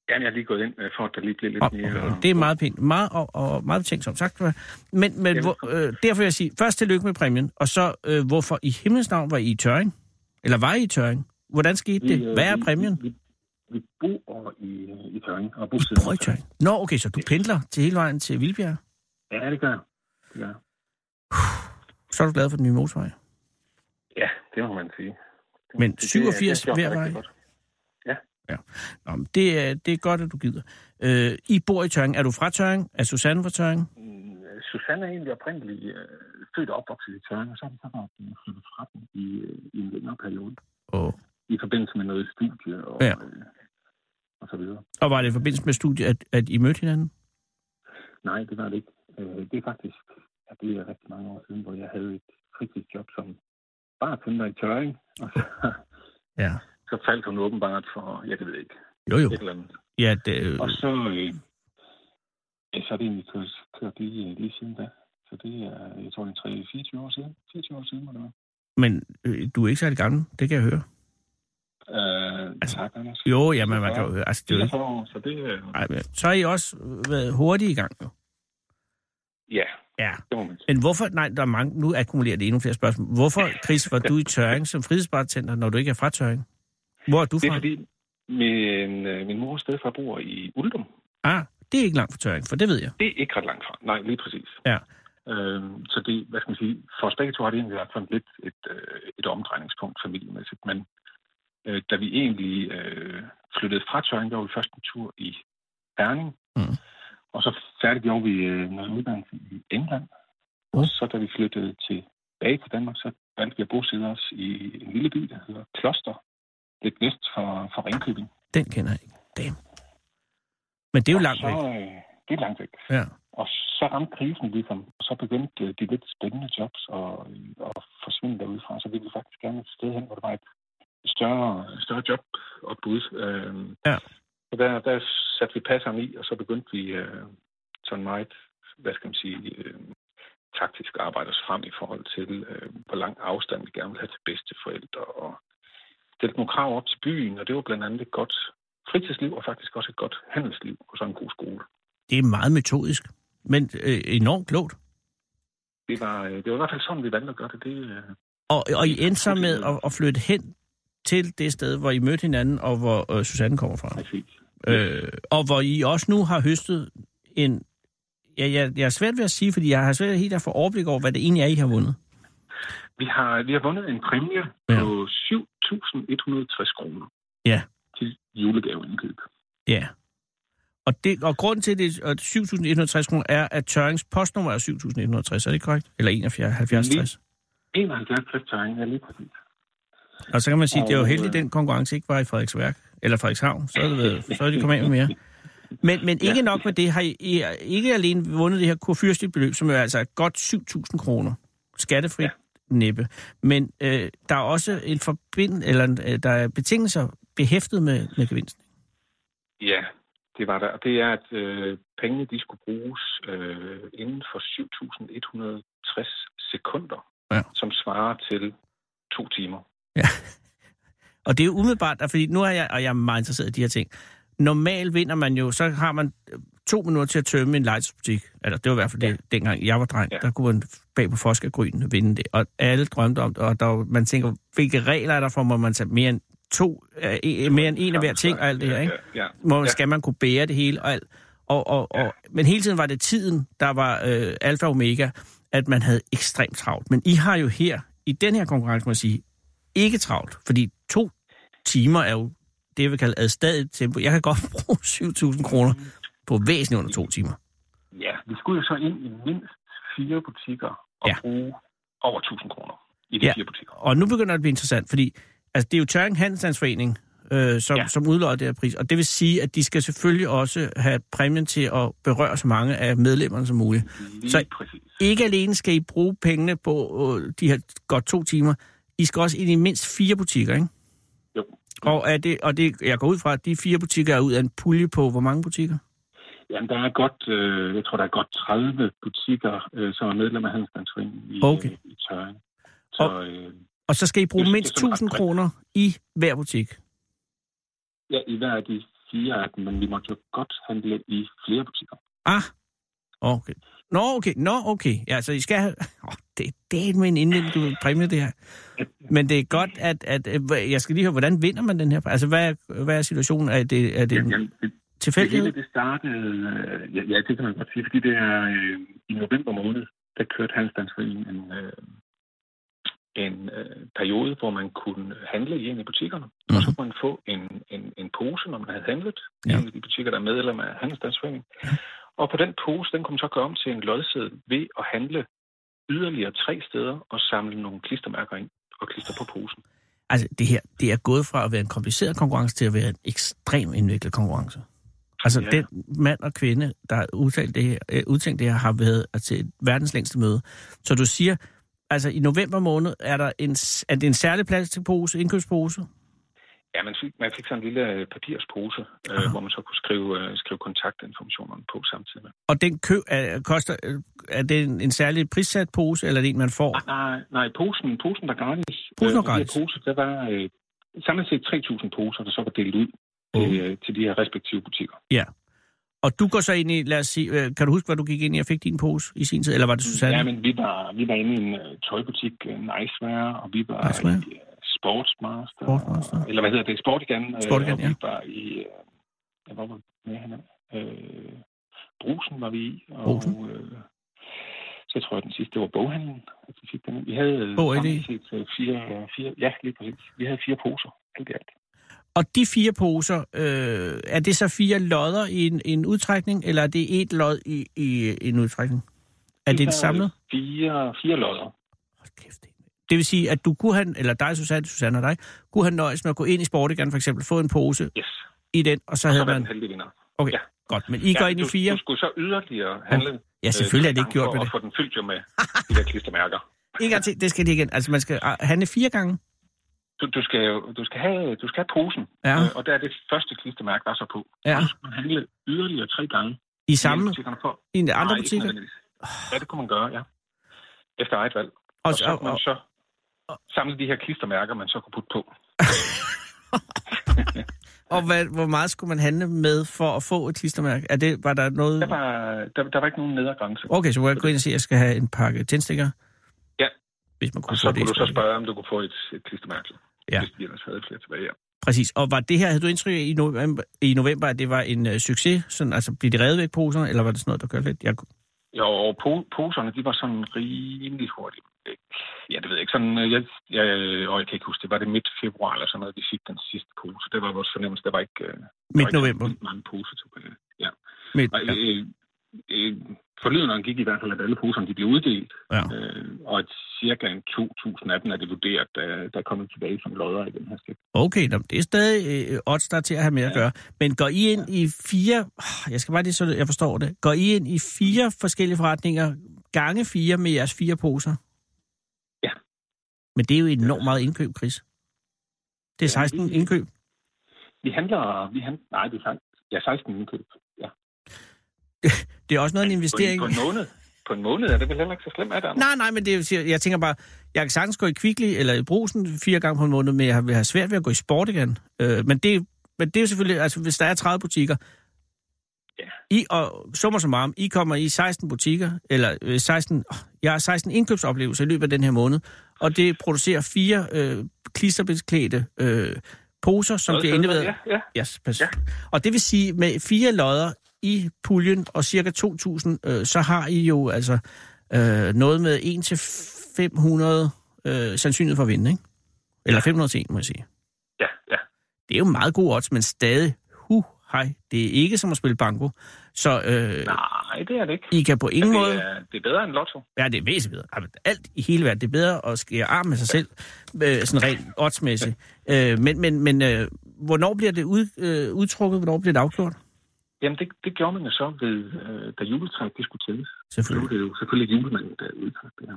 Speaker 5: jamen, jeg er lige gået ind, øh, for at der lige bliver lidt
Speaker 3: Og,
Speaker 5: mere...
Speaker 3: og, det er meget pænt. Meget, og, og meget betænksomt sagt. hva'? Men, men
Speaker 5: Ja,
Speaker 3: hvor, øh, derfor vil jeg sige, først tillykke med præmien, og så øh, hvorfor i himlens navn var I i Tøring? Eller var I i Tøring? Hvordan skete det?
Speaker 5: Vi, øh,
Speaker 3: Hvad er
Speaker 5: vi-
Speaker 3: præmien?
Speaker 5: Vi, vi bor i, øh, i Tøring, og
Speaker 3: I
Speaker 5: bosiddende.
Speaker 3: bor i Tøring. Nå, okay, så du pendler til hele vejen til Vildbjerg.
Speaker 5: Ja, det gør jeg. Det gør jeg.
Speaker 3: Så er du glad for den nye motorvej.
Speaker 5: Ja, det må man sige. Det-
Speaker 3: Men
Speaker 5: det- det-
Speaker 3: 87
Speaker 5: det er
Speaker 3: hver
Speaker 5: rigtig
Speaker 3: vej?
Speaker 5: godt.
Speaker 3: Nå, men det, er, det er godt, at du gider. Øh, I bor i Tøring. Er du fra Tøring? Er Susanne fra Tøring?
Speaker 5: Mm, Susanne er egentlig oprindeligt øh, født og opvokset i Tøring, og så har hun så været øh, flyttet fra den i, øh, i en længere periode.
Speaker 3: Og,
Speaker 5: I forbindelse med noget studie og,
Speaker 3: Ja.
Speaker 5: ja. øh, og så videre.
Speaker 3: og var det i forbindelse med studiet, at, at I mødte hinanden?
Speaker 5: Nej, det var det ikke. Øh, det er faktisk, ja, det er rigtig mange år siden, hvor jeg havde et fritidsjob som bartender i Tøring, og så,
Speaker 3: Ja.
Speaker 5: så faldt hun åbenbart for, jeg ved ikke,
Speaker 3: Jo, jo.
Speaker 5: et eller andet.
Speaker 3: Ja, det, øh,
Speaker 5: Og så, øh, ja, så er det egentlig kørt, kørt lige, øh, lige siden da. Så det er, jeg tror, det er 3-24 år siden. 24 år siden, må det være.
Speaker 3: men øh, du er ikke særlig gammel. Det kan jeg høre.
Speaker 5: Øh,
Speaker 3: Altså,
Speaker 5: tak, Anders.
Speaker 3: Jo, ja, men man kan jo høre. Altså, det er jo ikke...
Speaker 5: 44 år, så det øh, er...
Speaker 3: Nej, men så har I også været hurtigt i gang nu.
Speaker 5: Ja,
Speaker 3: Ja.
Speaker 5: det må man sige.
Speaker 3: Men hvorfor, nej, der er mange, nu akkumulerer det endnu flere spørgsmål. Hvorfor, Chris, var du i Tøring som frihedsbartender, når du ikke er fra Tøring? Hvor er du
Speaker 5: Det er
Speaker 3: fra?
Speaker 5: fordi, min, øh, min mors stedfar bor i Uldum.
Speaker 3: Ah, det er ikke langt fra Tøring, for det ved jeg.
Speaker 5: Det er ikke ret langt fra. Nej, lige præcis.
Speaker 3: Ja.
Speaker 5: Øhm, så det, hvad skal man sige, for os begge to har det egentlig været sådan lidt et, øh, et omdrejningspunkt familiemæssigt, men øh, da vi egentlig øh, flyttede fra Tøring, der var vi først en tur i Herning,
Speaker 3: Mm.
Speaker 5: og så færdiggjorde vi øh, noget uddannelse i England,
Speaker 3: Mm.
Speaker 5: og så da vi flyttede tilbage til Danmark, så valgte vi at bosætte os i en lille by, der hedder Kloster, lidt vest for, for Ringkøbing.
Speaker 3: Den kender jeg ikke. Damn. Men det er jo langt
Speaker 5: så,
Speaker 3: væk.
Speaker 5: Øh, det er langt væk.
Speaker 3: Ja.
Speaker 5: Og så ramte krisen ligesom, og så begyndte øh, de lidt spændende jobs at, øh, at forsvinde derudefra. Så ville vi faktisk gerne et sted hen, hvor der var et større, større jobopbud. Øhm,
Speaker 3: Ja.
Speaker 5: Så der, der satte vi passeren i, og så begyndte vi øh, sådan meget, hvad skal man sige, øh, taktisk at arbejde os frem i forhold til, øh, hvor lang afstand vi gerne ville have til bedsteforældre, og stille nogle krav op til byen, og det var blandt andet et godt fritidsliv, og faktisk også et godt handelsliv, og så en god skole.
Speaker 3: Det er meget metodisk, men øh, enormt klogt.
Speaker 5: det var, øh, det var i hvert fald sådan, vi valgte at gøre det. det øh,
Speaker 3: Og, og I endte så med at, at flytte hen til det sted, hvor I mødte hinanden, og hvor øh, Susanne kommer fra.
Speaker 5: præcis.
Speaker 3: Øh, og hvor I også nu har høstet en... Ja, jeg, jeg er svært ved at sige, fordi jeg har svært ved helt at få overblik over, hvad det egentlig er, I har vundet.
Speaker 5: Vi har, vi har vundet en præmie
Speaker 3: Ja.
Speaker 5: ja. på 7.160 kroner
Speaker 3: Ja.
Speaker 5: til julegaveindkøb.
Speaker 3: Ja. Og, det, og grunden til, at det er 7.160 kroner, er, at Tørings postnummer er 7.160, er det korrekt? Eller 7160.
Speaker 5: 71 tegn, ja lige præcis.
Speaker 3: Og så kan man sige, at det er jo
Speaker 5: Og,
Speaker 3: heldigt, at
Speaker 5: øh,
Speaker 3: den konkurrence ikke var i Frederiksværk, eller Frederikshavn, så er det, været, så er det kommet af med mere. Men, men ikke
Speaker 5: Ja.
Speaker 3: nok med det, har I, I har ikke alene vundet det her kurfyrstlige beløb, som jo er altså godt 7.000 kroner, skattefrit næppe, men øh, der er også en forbind, eller en, øh, der er betingelser behæftet med, med gevinsten.
Speaker 5: Ja, det var der. Og det er, at øh, pengene de skulle bruges øh, inden for 7.160 sekunder,
Speaker 3: Ja.
Speaker 5: som svarer til to timer.
Speaker 3: Og det er jo umiddelbart, og fordi nu er jeg, og jeg er meget interesseret i de her ting. Normalt vinder man jo, så har man øh, to minutter til at tømme en legetøjsbutik. Eller det var i hvert fald det, dengang jeg var dreng. Ja.
Speaker 5: Ja.
Speaker 3: Der kunne man bag på Forskergryn vinde det. Og alle drømte om det, og der, var- man tænker, hvilke regler er der for, må man tage mere end to, øh, en- mere end en af hver ting og alt det her, ikke?
Speaker 5: Ja, ja.
Speaker 3: Må, Skal man kunne bære det hele og alt? Og, og, og, men hele tiden var det tiden, der var øh, alfa og omega, at man havde ekstremt travlt. Men I har jo her, i den her konkurrence, må jeg sige, ikke travlt. Fordi to timer er jo det, jeg vil kalde adstadigt tempo. Jeg kan godt (laughs) bruge 7.000 kroner på væsentligt under to timer.
Speaker 5: ja, vi skulle jo så ind i mindst fire butikker og
Speaker 3: Ja.
Speaker 5: ja. bruge over 1.000 kroner i de
Speaker 3: Ja.
Speaker 5: ja. fire butikker.
Speaker 3: Og nu begynder det at blive interessant, fordi altså, det er jo Tøring Handelsstandsforening, øh, som, ja. som udløjer det her pris. Og det vil sige, at de skal selvfølgelig også have præmien til at berøre så mange af medlemmerne som muligt.
Speaker 5: Lige
Speaker 3: Så-
Speaker 5: præcis.
Speaker 3: Ikke alene skal I bruge pengene på øh, de her godt to timer, I skal også ind i mindst fire butikker, ikke?
Speaker 5: Jo.
Speaker 3: Og, er det, og det, jeg går ud fra, at de fire butikker er ud af en pulje på hvor mange butikker?
Speaker 5: Jamen, der er godt, øh, jeg tror, der er godt 30 butikker, øh, som er medlem af Handelsstandsforeningen i,
Speaker 3: Okay.
Speaker 5: øh, i Tøren. Så
Speaker 3: Og-
Speaker 5: øh,
Speaker 3: Og så skal I bruge
Speaker 5: Det- det
Speaker 3: mindst
Speaker 5: er sådan ret
Speaker 3: 1000
Speaker 5: bredt.
Speaker 3: kroner i hver butik.
Speaker 5: ja, i hver af de fire af dem, men vi måtte jo godt handle i flere butikker.
Speaker 3: Ah, okay. Nå, okay, nå, okay. Ja, så I skal have... (laughs) Oh, det er det med en indvendig præmie, det her. Men det er godt, at, at... øh, hva- Jeg skal lige høre, hvordan vinder man den her? præ- Altså, hvad er, hvad er situationen? Er det, er det en
Speaker 5: Jamen, det, det hele
Speaker 3: tilfældighed?
Speaker 5: det startede, øh, ja, ja, det kan man godt sige, fordi det er øh, i november måned, der kørte Handelsstandsforeningen en, øh, en øh, periode, hvor man kunne handle i en af butikkerne,
Speaker 3: Mm.
Speaker 5: og så kunne man få en, en, en pose, når man havde handlet i
Speaker 3: Ja.
Speaker 5: en af de butikker, der er medlem af Handelsstandsforeningen. Og på den pose, den kunne man så gøre om til en lodseddel ved at handle yderligere tre steder og samle nogle klistermærker ind og klister på posen.
Speaker 3: Altså, det her, det er gået fra at være en kompliceret konkurrence til at være en ekstrem indviklet konkurrence. Altså, ja.
Speaker 5: Ja.
Speaker 3: den mand og kvinde, der har udtalt det her, øh, udtænkt det her, har været til et verdens længste møde. Så du siger, altså i november måned, er der en, s- er det en særlig plastikpose, indkøbspose?
Speaker 5: Ja, man fik, man fik sådan en lille øh, papirspose, øh,
Speaker 3: Aha.
Speaker 5: hvor man så kunne skrive, øh, skrive kontaktinformationerne på samtidig med.
Speaker 3: Og den kø, er, koster, øh, er det en, en særlig prissat pose, eller er det en, man får?
Speaker 5: Ah, nej, nej, posen, posen var gratis.
Speaker 3: Posen var
Speaker 5: Øh, og de her
Speaker 3: gratis.
Speaker 5: Poser, der var øh, samlet set 3.000 poser, der så var delt ud til, øh, til de her respektive butikker.
Speaker 3: Og du går så ind i, lad os sige, øh, kan du huske, hvad du gik ind i og fik din pose i sin tid? Eller var det Susanne?
Speaker 5: Ja, men vi var, vi var inde i en øh, tøjbutik, øh, Nicewear, og vi var
Speaker 3: Nicewear.
Speaker 5: i øh, Sportsmaster,
Speaker 3: Sportsmaster.
Speaker 5: eller hvad hedder det, Sportigan. øh,
Speaker 3: Sportigan,
Speaker 5: og
Speaker 3: ja.
Speaker 5: vi var i, øh, ja, hvor var vi med henne? Øh, Brusen var vi i, og
Speaker 3: Brugsen.
Speaker 5: øh, så tror jeg, den sidste, det var boghandlen. at vi fik den. Vi havde øh,
Speaker 3: Bog er det?
Speaker 5: samlet set, øh, fire, fire, ja, lige præcis. Vi havde fire poser, alt i alt.
Speaker 3: Og de fire poser, øh, er det så fire lodder i en, en udtrækning, eller er det et lod i, i en udtrækning? Er det
Speaker 5: Vi
Speaker 3: et
Speaker 5: havde
Speaker 3: samlet?
Speaker 5: Fire, fire lodder.
Speaker 3: Hold kæft, det er- Det vil sige, at du kunne have, eller dig, Susanne, Susanne og dig, kunne have nøjes med at gå ind i Sportigan, for eksempel, få en pose
Speaker 5: Yes.
Speaker 3: i den, og så
Speaker 5: Så
Speaker 3: havde
Speaker 5: var den
Speaker 3: man...
Speaker 5: heldige vinder.
Speaker 3: Okay,
Speaker 5: ja.
Speaker 3: godt, men I går ind i
Speaker 5: du, øh,
Speaker 3: fire.
Speaker 5: Du skulle så yderligere handle.
Speaker 3: Ja, selvfølgelig er det ikke gjort med
Speaker 5: med
Speaker 3: det.
Speaker 5: det. For den fyldt jo med de der klistermærker.
Speaker 3: En gang til, det skal de igen. Altså, man skal ah, handle fire gange.
Speaker 5: Du, du, skal, jo- du, skal have, du skal have posen,
Speaker 3: Ja.
Speaker 5: øh, og der er det første klistermærke, der er så på.
Speaker 3: Ja,
Speaker 5: Så man handle yderligere tre gange. i
Speaker 3: i samme,
Speaker 5: butikkerne for.
Speaker 3: i en andre
Speaker 5: Nej, ikke
Speaker 3: butikker.
Speaker 5: nødvendigvis. Ja, det kunne man gøre, ja. Efter eget valg.
Speaker 3: Og,
Speaker 5: Og,
Speaker 3: så-
Speaker 5: så kunne
Speaker 3: og,
Speaker 5: man så samle de her klistermærker, man så kunne putte på.
Speaker 3: og hvad, hvor meget skulle man handle med for at få et klistermærke? Er det, var der noget...
Speaker 5: Der var, der, der var ikke nogen nedre grænse.
Speaker 3: Okay, så må jeg gå ind og sige, at jeg skal have en pakke tændstikker?
Speaker 5: Ja.
Speaker 3: Hvis man kunne
Speaker 5: Og
Speaker 3: få
Speaker 5: så
Speaker 3: det.
Speaker 5: kunne
Speaker 3: i
Speaker 5: du så
Speaker 3: stedet.
Speaker 5: spørge, om du kunne få et, et klistermærke.
Speaker 3: Ja.
Speaker 5: Hvis de ellers havde flere tilbage, ja.
Speaker 3: Præcis. Og var det her, havde du indtryk af i november, i november at det var en øh, succes? Sådan, altså, blev de revet væk poserne, eller var det sådan noget, der kørte lidt? Jeg,
Speaker 5: Ja, og po- poserne, de var sådan rimelig hurtige. væk. Ja, det ved jeg ikke. Sådan, øh, jeg, jeg, og jeg kan ikke huske, det var det midt februar eller sådan noget, vi fik den sidste pose. Det var vores fornemmelse. Der var ikke, øh, der var
Speaker 3: midt
Speaker 5: ikke
Speaker 3: november.
Speaker 5: mange poser tilbage. Ja.
Speaker 3: Midt,
Speaker 5: Og,
Speaker 3: ja.
Speaker 5: øh, øh, forlyderen gik i hvert fald, at alle poserne de blev uddelt.
Speaker 3: Ja.
Speaker 5: Øh, og at cirka en 2.000 af dem er det vurderet, der, der er kommet tilbage som lodder i den her stik.
Speaker 3: Okay, nå, men det er stadig øh, odds, der er til at have med at gøre. Men går I ind i fire... åh, Jeg skal bare lige så jeg forstår det. Går I ind i fire forskellige forretninger, gange fire med jeres fire poser?
Speaker 5: Ja.
Speaker 3: Men det er jo enormt meget indkøb, Chris. Det er 16 indkøb.
Speaker 5: Vi handler... Vi handler nej, det er faktisk... Ja, 16 indkøb.
Speaker 3: Det er også noget af en investering.
Speaker 5: På, en- på en måned. På en måned er det vel heller ikke så slemt, er det? Anders?
Speaker 3: Nej, nej, men det er, jo- jeg tænker bare, jeg kan sagtens gå i Kvickly eller i Brusen fire gange på en måned, men jeg vil have svært ved at gå i sport igen. Øh, men, det, men det er jo selvfølgelig, altså hvis der er 30 butikker,
Speaker 5: Ja.
Speaker 3: I, og summer som arm, I kommer i 16 butikker, eller øh, 16, åh, jeg har 16 indkøbsoplevelser i løbet af den her måned, og det producerer fire øh, klisterbeklædte øh, poser, som
Speaker 5: Noget
Speaker 3: bliver
Speaker 5: selv,
Speaker 3: indleveret.
Speaker 5: Ja, ja.
Speaker 3: Yes, pas. Ja.
Speaker 5: Ja.
Speaker 3: Og det vil sige, med fire lodder i puljen og cirka 2.000, øh, så har I jo altså øh, noget med 1-500 øh, sandsynlighed for at vinde, ikke? Eller 500 til 1, må jeg sige.
Speaker 5: Ja, ja.
Speaker 3: Det er jo meget god odds, men stadig, hu, hej, det er ikke som at spille banko. Så øh,
Speaker 5: Nej, Nej, det er det ikke.
Speaker 3: I kan på ingen
Speaker 5: det,
Speaker 3: måde...
Speaker 5: Er, det er bedre end lotto.
Speaker 3: Ja, det er væsentligt bedre. Jamen, Alt i hele verden, det er bedre at skære arm med sig selv, øh, sådan rent oddsmæssigt. Øh, men men, men øh, hvornår bliver det ud, øh, udtrukket, hvornår bliver det afgjort?
Speaker 5: Jamen, det, det gjorde man jo så, ved, øh, da juletræet det skulle tændes. Nu er
Speaker 3: Selvfølgelig.
Speaker 5: det jo selvfølgelig julemanden, der udtager det her.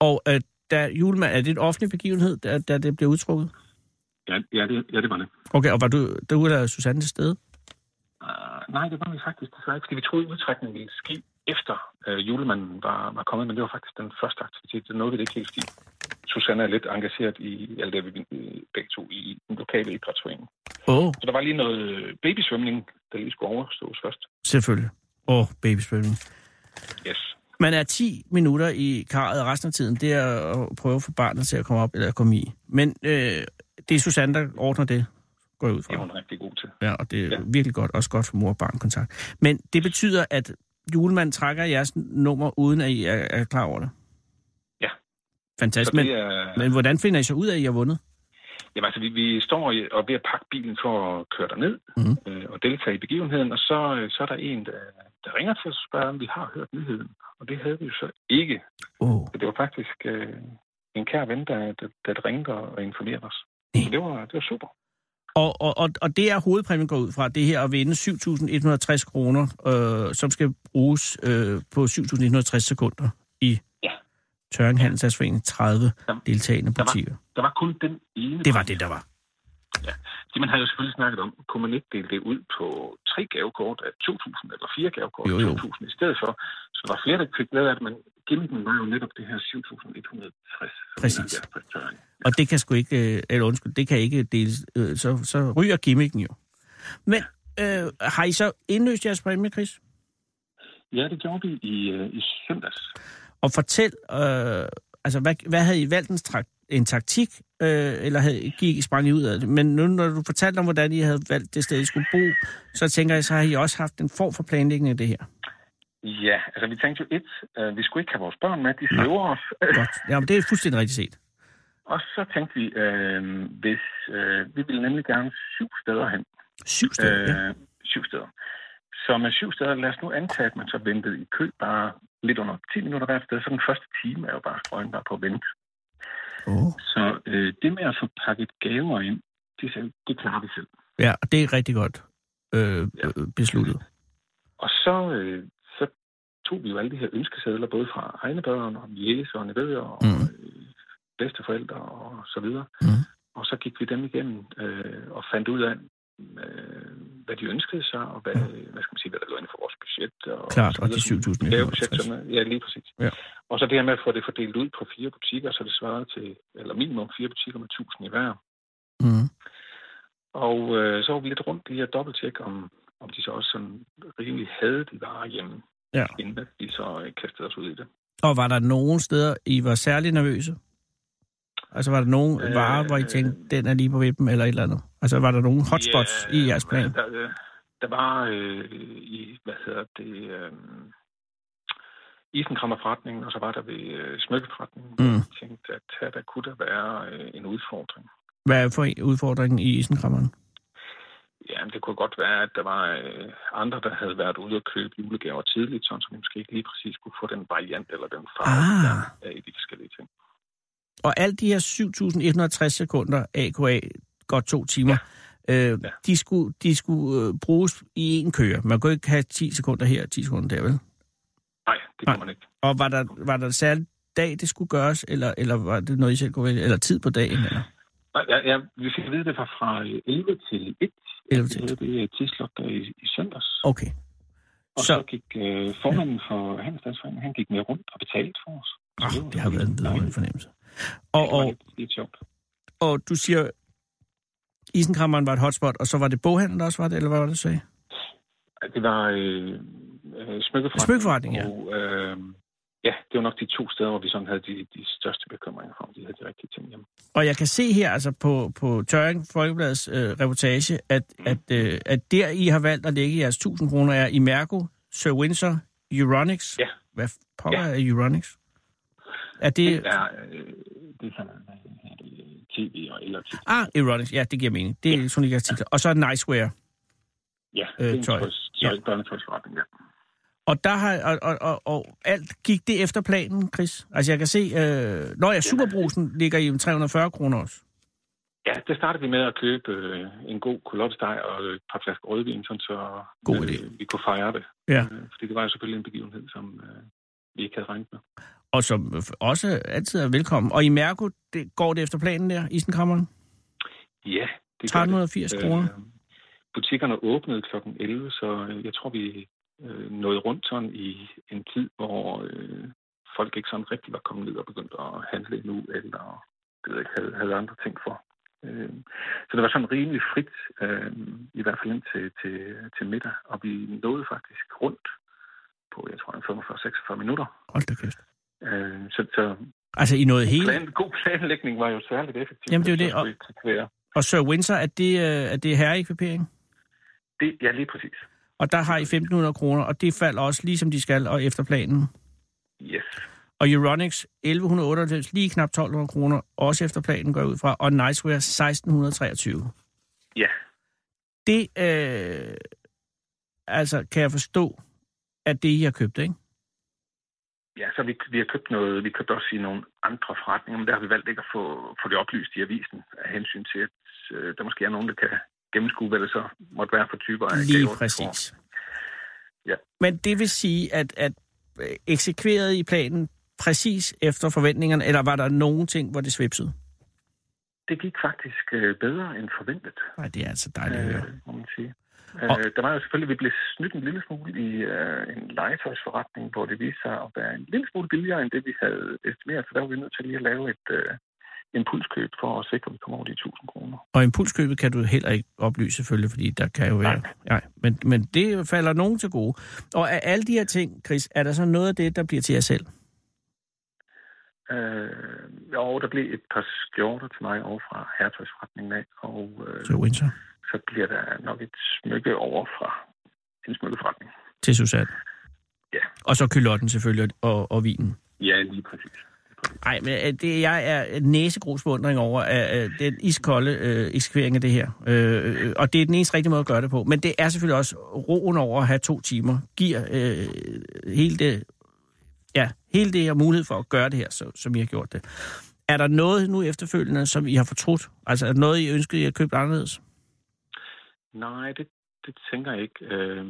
Speaker 3: Og øh, der, julemand, er det en offentlig begivenhed, da, da det bliver udtrukket?
Speaker 5: Ja, ja, det, ja, det var det.
Speaker 3: Okay, og var du, du eller Susanne til stede?
Speaker 5: Uh, nej, det var vi faktisk desværre ikke, fordi vi troede, udtrækningen ville ske efter øh, julemanden var, var kommet, men det var faktisk den første aktivitet. Det nåede vi det ikke helt, fordi Susanne er lidt engageret i, eller det er vi øh, begge to, i den lokale idrætsforening.
Speaker 3: Åh, oh,
Speaker 5: Så der var lige noget øh, babysvømning, der lige skulle overstås først.
Speaker 3: selvfølgelig. Åh, oh, babyspilning.
Speaker 5: Yes.
Speaker 3: Man er 10 minutter i karret, og resten af tiden, det er at prøve at få barnet til at komme op eller komme i. Men øh, det er Susanne, der ordner det, går jeg ud
Speaker 5: Det
Speaker 3: fra.
Speaker 5: er hun rigtig god til.
Speaker 3: Ja, og det er ja.
Speaker 5: Ja.
Speaker 3: virkelig godt, også godt for mor og barn kontakt. Men det betyder, at julemanden trækker jeres nummer, uden at I er, er klar over det?
Speaker 5: Ja. Så
Speaker 3: Fantastisk, men,
Speaker 5: det er,
Speaker 3: men hvordan finder I så ud af, at I har vundet?
Speaker 5: Jamen altså, vi, vi står i- og er ved at pakke bilen for at køre derned
Speaker 3: Mhm.
Speaker 5: mm. øh, og deltage i begivenheden, og så, øh, så er der en, der, der ringer til os og spørger, om vi har hørt nyheden. Og det havde vi jo så ikke.
Speaker 3: Åh,
Speaker 5: Så det var faktisk øh, en kær ven, der, der, der ringede og informerede os.
Speaker 3: Ja.
Speaker 5: Så det var, det var super.
Speaker 3: Og, og, og, og det er hovedpræmien går ud fra, det her at vinde 7.160 kroner, øh, som skal bruges øh, på 7.160 sekunder i
Speaker 5: Ja.
Speaker 3: Tøring Handelsdagsforening 30
Speaker 5: Der-
Speaker 3: deltagende
Speaker 5: der var-
Speaker 3: partier.
Speaker 5: Der var kun den ene.
Speaker 3: Det var det, der var.
Speaker 5: De, man havde jo selvfølgelig snakket om, kunne man ikke dele det ud på tre gavekort af 2.000 eller fire gavekort
Speaker 3: Jo,
Speaker 5: af
Speaker 3: jo.
Speaker 5: 2.000 i stedet for. Så der var flere, der fik glæde af det, men gennemgående var jo netop det her 7.160.
Speaker 3: Præcis.
Speaker 5: 71 tøring.
Speaker 3: Og det kan sgu ikke, øh, eller undskyld, det kan ikke deles, øh, så, så ryger gimmicken jo. Men øh, har I så indløst jeres præmie, Chris?
Speaker 5: Ja, det gjorde vi i, øh, i søndags.
Speaker 3: Og fortæl, øh, altså hvad, hvad havde I valgt en, trak- en taktik, øh, eller havde, gik, sprang I ud af det? Men nu, når du fortalte om, hvordan I havde valgt det sted, I skulle bo, så tænker jeg, så har I også haft en form for planlægning af det her.
Speaker 5: Ja, altså vi tænkte jo et, øh, vi skulle ikke have vores børn med, de skriver os.
Speaker 3: Godt. Jamen, det er fuldstændig rigtigt set.
Speaker 5: Og så tænkte vi, øh, hvis øh, vi ville nemlig gerne syv steder hen.
Speaker 3: Syv steder, øh, ja.
Speaker 5: Øh, syv steder. Så med syv steder, lad os nu antage, at man så ventede i kø bare lidt under 10 minutter hvert sted, så den første time er jo bare strøgen bare på at vente.
Speaker 3: Oh.
Speaker 5: Så øh, det med at få pakket gaver ind, det, sagde vi, det klarer vi selv.
Speaker 3: Ja, og det er rigtig godt øh, øh, besluttet.
Speaker 5: Og så, øh, så tog vi jo alle de her ønskesedler, både fra egne børn og jæse og nevøer og
Speaker 3: Mm.
Speaker 5: øh, bedsteforældre og så videre.
Speaker 3: Mm.
Speaker 5: Og så gik vi dem igennem øh, og fandt ud af, øh, hvad de ønskede sig, og hvad, hvad skal man sige, hvad der lå inden for vores budget. Og
Speaker 3: Mm. Klart,
Speaker 5: så
Speaker 3: og de
Speaker 5: videre.
Speaker 3: 7.160.
Speaker 5: Gavebudgetterne, ja, lige præcis.
Speaker 3: Ja.
Speaker 5: Og så det her med at få det fordelt ud på fire butikker, så det svarede til, eller minimum fire butikker med 1000 i hver.
Speaker 3: Mm.
Speaker 5: Og øh, så var vi lidt rundt lige at dobbelttjekke, om, om de så også sådan rimelig havde de varer hjemme,
Speaker 3: Ja.
Speaker 5: inden at de så øh, kastede os ud i det.
Speaker 3: Og var der nogen steder, I var særlig nervøse? Altså var der nogen øh,
Speaker 5: Øh,
Speaker 3: varer, hvor I tænkte, den er lige på vippen eller et eller andet? Altså var der nogen hotspots yeah, i jeres plan?
Speaker 5: Der, øh, der var øh, i, hvad hedder det, øh, isenkrammerforretningen, og så var der ved øh, smykkeforretningen,
Speaker 3: Mm.
Speaker 5: mm. jeg tænkte, at her der kunne der være øh, en udfordring.
Speaker 3: Hvad er for en udfordringen i isenkrammeren?
Speaker 5: Ja, det kunne godt være, at der var øh, andre, der havde været ude og købe julegaver tidligt, sådan så vi måske ikke lige præcis kunne få den variant eller den farve,
Speaker 3: Ah.
Speaker 5: der er i de forskellige ting.
Speaker 3: Og alle de her 7.160 sekunder, AKA, godt to timer, ja. Øh,
Speaker 5: Ja.
Speaker 3: de skulle, de skulle øh, bruges i en køre. Man kunne ikke have 10 sekunder her og 10 sekunder der, vel?
Speaker 5: Nej, det
Speaker 3: Nej.
Speaker 5: kunne man ikke.
Speaker 3: Og var der, var der en særlig dag, det skulle gøres, eller, eller var det noget, I selv kunne vælge? Eller tid på dagen? Eller?
Speaker 5: Nej, Ja, ja, vi fik at vide, det var fra øh, 11 til 1.
Speaker 3: 11 til 1.
Speaker 5: Det er tidslok der i, i søndags.
Speaker 3: Okay.
Speaker 5: Og
Speaker 3: så-
Speaker 5: så, så gik øh, formanden for Handelsstandsforeningen, han gik med rundt og betalte for os.
Speaker 3: Oh,
Speaker 5: Så var
Speaker 3: det har været en
Speaker 5: dejligt.
Speaker 3: vidunderlig fornemmelse. Og,
Speaker 5: Det var
Speaker 3: og,
Speaker 5: lidt, lidt sjovt.
Speaker 3: og du siger, isenkrammeren var et hotspot, og så var det boghandlen, der også var det, eller hvad var det, du sagde?
Speaker 5: Ej, Det var øh, øh, smykkeforretning.
Speaker 3: Smykkeforretning, ja.
Speaker 5: Og, øh, ja, det var nok de to steder, hvor vi sådan havde de, de største bekymringer om, de havde de rigtige ting hjemme.
Speaker 3: Og jeg kan se her altså på, på Tøring Folkebladets øh, reportage, at, at, øh, at der, I har valgt at lægge jeres 1000 kroner, er i Mergo, Sir Windsor, Euronics.
Speaker 5: Ja.
Speaker 3: Hvad pokker ja. er Euronics? Er det...
Speaker 5: Det er, øh, det er sådan, øh, tv og eller tv.
Speaker 3: Ah, Euronics, ja, det giver mening. Det er elektronikartikler. Og så Niceware.
Speaker 5: Ja,
Speaker 3: øh,
Speaker 5: det er en
Speaker 3: tøj.
Speaker 5: tøj.
Speaker 3: Ja.
Speaker 5: Tøj, børnetøjsforretning, ja.
Speaker 3: Og, der har, og, og, og, og alt gik det efter planen, Chris? Altså jeg kan se, øh, når jeg superbrusen ligger i 340 kroner også.
Speaker 5: Ja, det startede vi med at købe øh, en god kolopsteg og et par flasker rødvin, sådan så
Speaker 3: God idé.
Speaker 5: øh, vi kunne fejre det.
Speaker 3: Ja.
Speaker 5: Øh, fordi det var jo selvfølgelig en begivenhed, som øh, vi ikke havde regnet med.
Speaker 3: Og som øh, også altid er velkommen. Og i Mærko, det, går det efter planen der, isenkammeren?
Speaker 5: Ja, det gør det.
Speaker 3: 1380 kroner.
Speaker 5: Øh, butikkerne åbnede kl. 11, så øh, jeg tror, vi øh, nåede rundt sådan i en tid, hvor øh, folk ikke sådan rigtig var kommet ned og begyndt at handle endnu, eller det ved jeg ikke, havde, havde andre ting for. Øh, så det var sådan rimelig frit, øh, i hvert fald ind til, til, til middag, og vi nåede faktisk rundt på, jeg tror, 45-46 minutter.
Speaker 3: Hold da kæft.
Speaker 5: Øh, så så
Speaker 3: Altså i noget hele.
Speaker 5: plan, god (laughs) planlægning var jo særligt effektiv.
Speaker 3: Jamen, det er jo det,
Speaker 5: Så
Speaker 3: og-
Speaker 5: vi kan være-
Speaker 3: Og Sir Windsor, er det, øh, er det herreekvipering?
Speaker 5: det, ja, lige præcis.
Speaker 3: Og der har I 1.500 kroner, og det falder også lige som de skal, og efter planen.
Speaker 5: Yes.
Speaker 3: Og Euronics 1198, lige knap 1.200 kroner, også efter planen går jeg ud fra. Og Nicewear 1623.
Speaker 5: Ja,
Speaker 3: Det, øh, altså, kan jeg forstå, at det, I har købt, ikke?
Speaker 5: ja så vi, vi har købt noget, vi købte også i nogle andre forretninger, men der har vi valgt ikke at få, få det oplyst i avisen, af hensyn til, at øh, der måske er nogen, der kan gennemskue, hvad det så måtte være for typer af
Speaker 3: Lige
Speaker 5: gaver, vi får.
Speaker 3: præcis.
Speaker 5: Ja.
Speaker 3: Men det vil sige, at, at øh, eksekveret i planen præcis efter forventningerne, eller var der nogen ting, hvor det svipsede?
Speaker 5: Det gik faktisk øh, bedre end forventet,
Speaker 3: Nej, det er altså dejligt at
Speaker 5: øh,
Speaker 3: høre.
Speaker 5: må man sige.
Speaker 3: Og-
Speaker 5: Øh, der var jo selvfølgelig, vi blev snydt en lille smule i øh, en legetøjsforretning, hvor det viste sig at være en lille smule billigere end det, vi havde estimeret, så der var vi nødt til lige at lave et øh, impulskøb for at sikre, at vi kommer over de 1000 kroner.
Speaker 3: Og impulskøbet kan du heller ikke oplyse selvfølgelig, fordi der kan jo være... Nej. Nej men, men det falder nogen til gode. Og af alle de her ting, Chris, er der så noget af det, der bliver til jer selv?
Speaker 5: Øh, jo, der blev et par skjorter til mig over fra herretøjsforretningen af, og øh,
Speaker 3: Til Windsor?
Speaker 5: så bliver der nok et smykke over fra en smykkeforretning.
Speaker 3: Til Susanne?
Speaker 5: Ja.
Speaker 3: Og så kylotten selvfølgelig, og, og vinen.
Speaker 5: Ja, lige præcis.
Speaker 3: Nej, men øh, det, jeg er næsegrus beundring over øh, øh, den iskolde øh, eksekvering af det her. Øh, øh, og det er den eneste rigtige måde at gøre det på. Men det er selvfølgelig også roen over at have to timer, giver øh, hele, det, ja, hele det her mulighed for at gøre det her, så, som I har gjort det. Er der noget nu efterfølgende, som I har fortrudt? Altså er der noget, I ønskede, I havde købt anderledes?
Speaker 5: Nej, det, det tænker jeg ikke. Øh,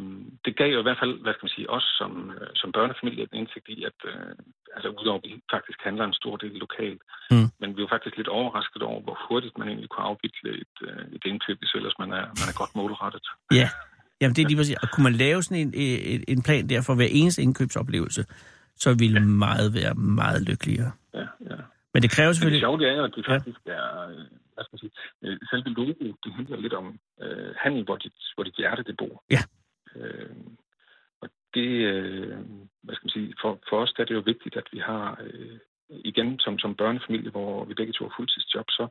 Speaker 5: det gav jo i hvert fald, hvad skal man sige, os som, øh, som børnefamilie en indsigt i, at øh, altså, udover at vi faktisk handler en stor del lokalt,
Speaker 3: Mm.
Speaker 5: men vi var faktisk lidt overrasket over, hvor hurtigt man egentlig kunne afvikle et, øh, et indkøb, hvis ellers man er, man er godt målrettet.
Speaker 3: Ja, Jamen, det er lige præcis. Og kunne man lave sådan en, en, en plan der for hver eneste indkøbsoplevelse, så ville meget være meget lykkeligere.
Speaker 5: Ja, ja.
Speaker 3: Men det kræver
Speaker 5: Men det
Speaker 3: selvfølgelig...
Speaker 5: sjove det er jo, at det
Speaker 3: Ja.
Speaker 5: faktisk er, øh, hvad skal man sige, øh, selve logoet, det handler lidt om øh, handel, hvor dit, hvor dit hjerte det bor.
Speaker 3: Ja.
Speaker 5: Øh, og det, øh, hvad skal man sige, for, for os der er det jo vigtigt, at vi har, øh, igen som, som børnefamilie, hvor vi begge to har fuldtidsjob, så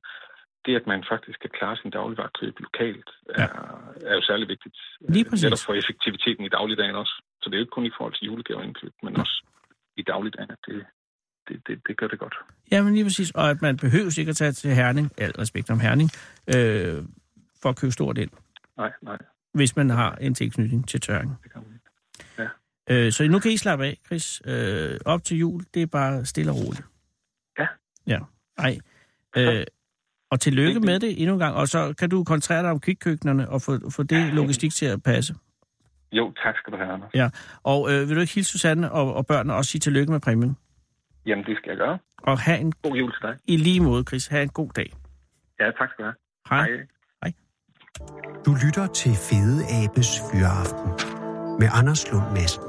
Speaker 5: det, at man faktisk kan klare sin dagligvarekøb lokalt,
Speaker 3: Ja.
Speaker 5: er, er jo særlig vigtigt.
Speaker 3: Lige
Speaker 5: Øh,
Speaker 3: præcis.
Speaker 5: Netop for effektiviteten i dagligdagen også. Så det er jo ikke kun i forhold til julegaver og indkøb, men også i dagligdagen, at det, det, det, det gør det godt.
Speaker 3: Jamen lige præcis, og at man behøver ikke at tage til Herning, al respekt om Herning, øh, for at købe stort ind,
Speaker 5: Nej, nej.
Speaker 3: hvis man har en tilknytning til tørring.
Speaker 5: Det kan man ikke.
Speaker 3: Øh, så nu kan I slappe af, Chris. Øh, op til jul, det er bare stille og roligt.
Speaker 5: Ja.
Speaker 3: Ja, ej. Øh, og tillykke med det endnu en gang, og så kan du koncentrere dig om kvikkøkkenerne og få, få det logistik til at passe.
Speaker 5: Jo, tak skal du have, Anders.
Speaker 3: Ja, og øh, vil du ikke hilse Susanne og, og børnene og også sige tillykke med præmien?
Speaker 5: Jamen, det skal jeg gøre.
Speaker 3: Og have en,
Speaker 5: God jul til dig.
Speaker 3: i lige måde, Chris, have en god dag.
Speaker 5: Ja, tak skal du have.
Speaker 3: Hej.
Speaker 1: Du lytter til Fede Abes Fyraften med Anders Lund Madsen.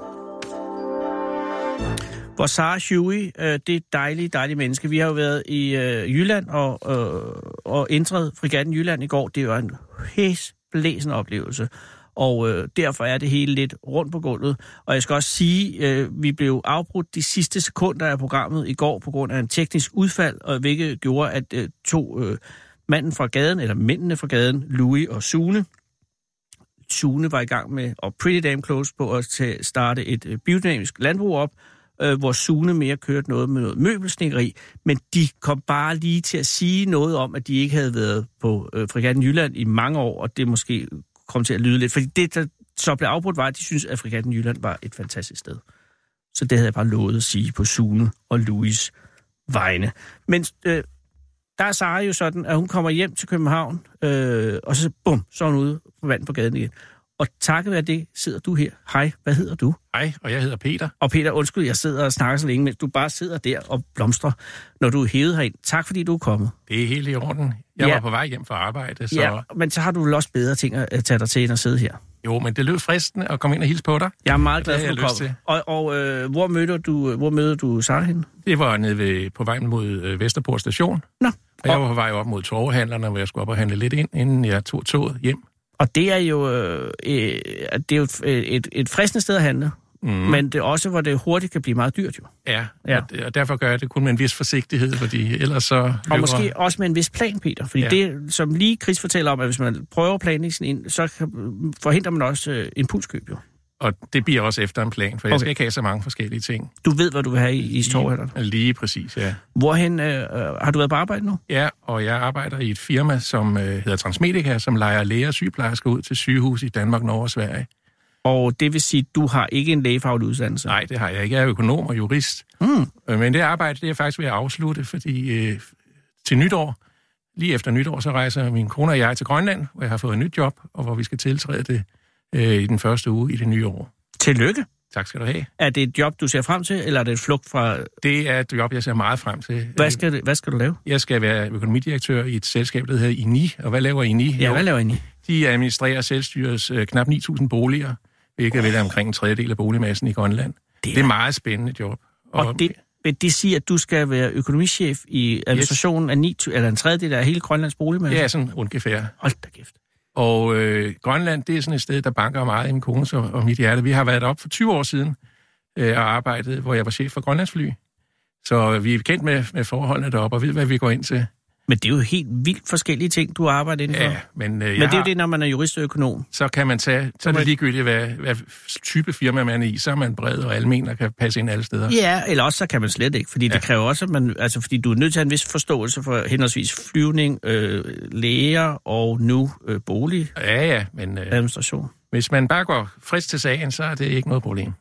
Speaker 3: hvor Sara Huey, øh, det dejlige, dejlige menneske. Vi har jo været i øh, Jylland og, øh, og ændret frigatten Jylland i går. Det var en hæsblæsende oplevelse. Og øh, derfor er det hele lidt rundt på gulvet. Og jeg skal også sige, øh, vi blev afbrudt de sidste sekunder af programmet i går på grund af en teknisk udfald, og hvilket gjorde, at øh, to øh, manden fra gaden, eller mændene fra gaden, Louis og Sune, Sune var i gang med, og Pretty Damn Close på at ta- starte et øh, biodynamisk landbrug op, øh, hvor Sune mere kørte noget med noget møbelsnikkeri, men de kom bare lige til at sige noget om, at de ikke havde været på øh, Frigatten Jylland i mange år, og det måske kom til at lyde lidt, fordi det, der så blev afbrudt, var, at de synes at Frikatten Jylland var et fantastisk sted. Så det havde jeg bare lovet at sige på Sune og Louis vegne. Men øh, der er Sara jo sådan, at hun kommer hjem til København, øh, og så bum, så er hun ude på vand på gaden igen. Og takket være det sidder du her. Hej, hvad hedder du?
Speaker 6: Hej, og jeg hedder Peter.
Speaker 3: Og Peter, undskyld, jeg sidder og snakker så længe, mens du bare sidder der og blomstrer, når du er hævet herind. Tak, fordi du er kommet.
Speaker 6: Det er helt i orden. Jeg
Speaker 3: Ja.
Speaker 6: ja. var på vej hjem fra arbejde, så...
Speaker 3: Ja,
Speaker 6: Ja.
Speaker 3: men så har du vel også bedre ting at øh, tage dig til, end at sidde her.
Speaker 6: Jo, men det lød fristende at komme ind og hilse på dig.
Speaker 3: Jeg er meget
Speaker 6: det
Speaker 3: glad for,
Speaker 6: har
Speaker 3: at du
Speaker 6: jeg
Speaker 3: kom.
Speaker 6: lyst til.
Speaker 3: Og, og øh, hvor møder du, hvor møder du Sara henne?
Speaker 6: Det var nede ved, på vej mod øh, Vesterport station.
Speaker 3: Nå.
Speaker 6: Og jeg var på vej op mod torvehandlerne, hvor jeg skulle op og handle lidt ind, inden jeg tog toget hjem.
Speaker 3: Og det er jo, øh, øh, det er jo et, et, et fristende sted at handle,
Speaker 6: Mhm.
Speaker 3: mm. men det er også, hvor det hurtigt kan blive meget dyrt jo.
Speaker 6: Ja,
Speaker 3: Ja.
Speaker 6: ja. Og, og derfor gør jeg det kun med en vis forsigtighed, fordi ellers så...
Speaker 3: Og
Speaker 6: løber-
Speaker 3: måske også med en vis plan, Peter. Fordi ja.
Speaker 6: Ja.
Speaker 3: det, som lige Chris fortæller om, at hvis man prøver at planlægge sin ind, så kan- forhindrer man også øh, impulskøb jo.
Speaker 6: Og det bliver også efter en plan, for okay.
Speaker 3: Okay.
Speaker 6: jeg skal ikke have så mange forskellige ting.
Speaker 3: Du ved, hvad du vil have i, i storhandlerne.
Speaker 6: Lige præcis, ja.
Speaker 3: Hvorhen øh, øh, har du været på arbejde nu?
Speaker 6: Ja, og jeg arbejder i et firma, som øh, hedder Transmedica, som leger læger og sygeplejersker ud til sygehus i Danmark, Norge og Sverige.
Speaker 3: Og det vil sige, at du har ikke en lægefaglig uddannelse.
Speaker 6: Nej, det har jeg ikke. Jeg er økonom og jurist.
Speaker 3: Mm.
Speaker 6: Øh, Men det arbejde, det er jeg faktisk ved at afslutte, fordi øh, til nytår, lige efter nytår, så rejser min kone og jeg til Grønland, hvor jeg har fået et nyt job, og hvor vi skal tiltræde det øh, i den første uge i det nye år.
Speaker 3: Tillykke.
Speaker 6: Tak skal du have.
Speaker 3: Er det et job, du ser frem til, eller er det et flugt fra...
Speaker 6: Det er et job, jeg ser meget frem til. Øh,
Speaker 3: Hvad skal, det- hvad skal du lave?
Speaker 6: Jeg skal være økonomidirektør i et selskab, der hedder INI. Og hvad laver INI?
Speaker 3: Ja,
Speaker 6: Jo,
Speaker 3: hvad laver I egentlig?
Speaker 6: De administrerer selvstyrets øh, knap 9.000 boliger, hvilket vel er omkring en tredjedel af boligmassen i Grønland.
Speaker 3: er-
Speaker 6: Det er, det er meget spændende job.
Speaker 3: Og det, vil det sige, at du skal være økonomichef i administrationen af 9, eller en tredjedel af hele Grønlands boligmasse?
Speaker 6: Ja, sådan ungefær.
Speaker 3: Hold da kæft.
Speaker 6: Og øh, Grønland, det er sådan et sted, der banker meget i min kone og, og mit hjerte. Vi har været op for 20 år siden øh, og arbejdet, hvor jeg var chef for Grønlandsfly. Så vi er bekendt med, med forholdene deroppe og ved, hvad vi går ind til.
Speaker 3: Men det er jo helt vildt forskellige ting, du arbejder indenfor.
Speaker 6: Ja, men, øh, jeg
Speaker 3: Men det er jo
Speaker 6: har-
Speaker 3: det, når man er jurist og økonom.
Speaker 6: så kan man tage, så er det ligegyldigt, hvad, hvad type firma man er i, så er man bred og almen og kan passe ind alle steder.
Speaker 3: Ja, eller også så kan man slet ikke, fordi ja. det kræver også, at man, altså fordi du er nødt til at have en vis forståelse for henholdsvis flyvning, øh, læger og nu øh,
Speaker 6: Ja, ja, men øh,
Speaker 3: boligadministration.
Speaker 6: hvis man bare går frisk til sagen, så er det ikke noget problem.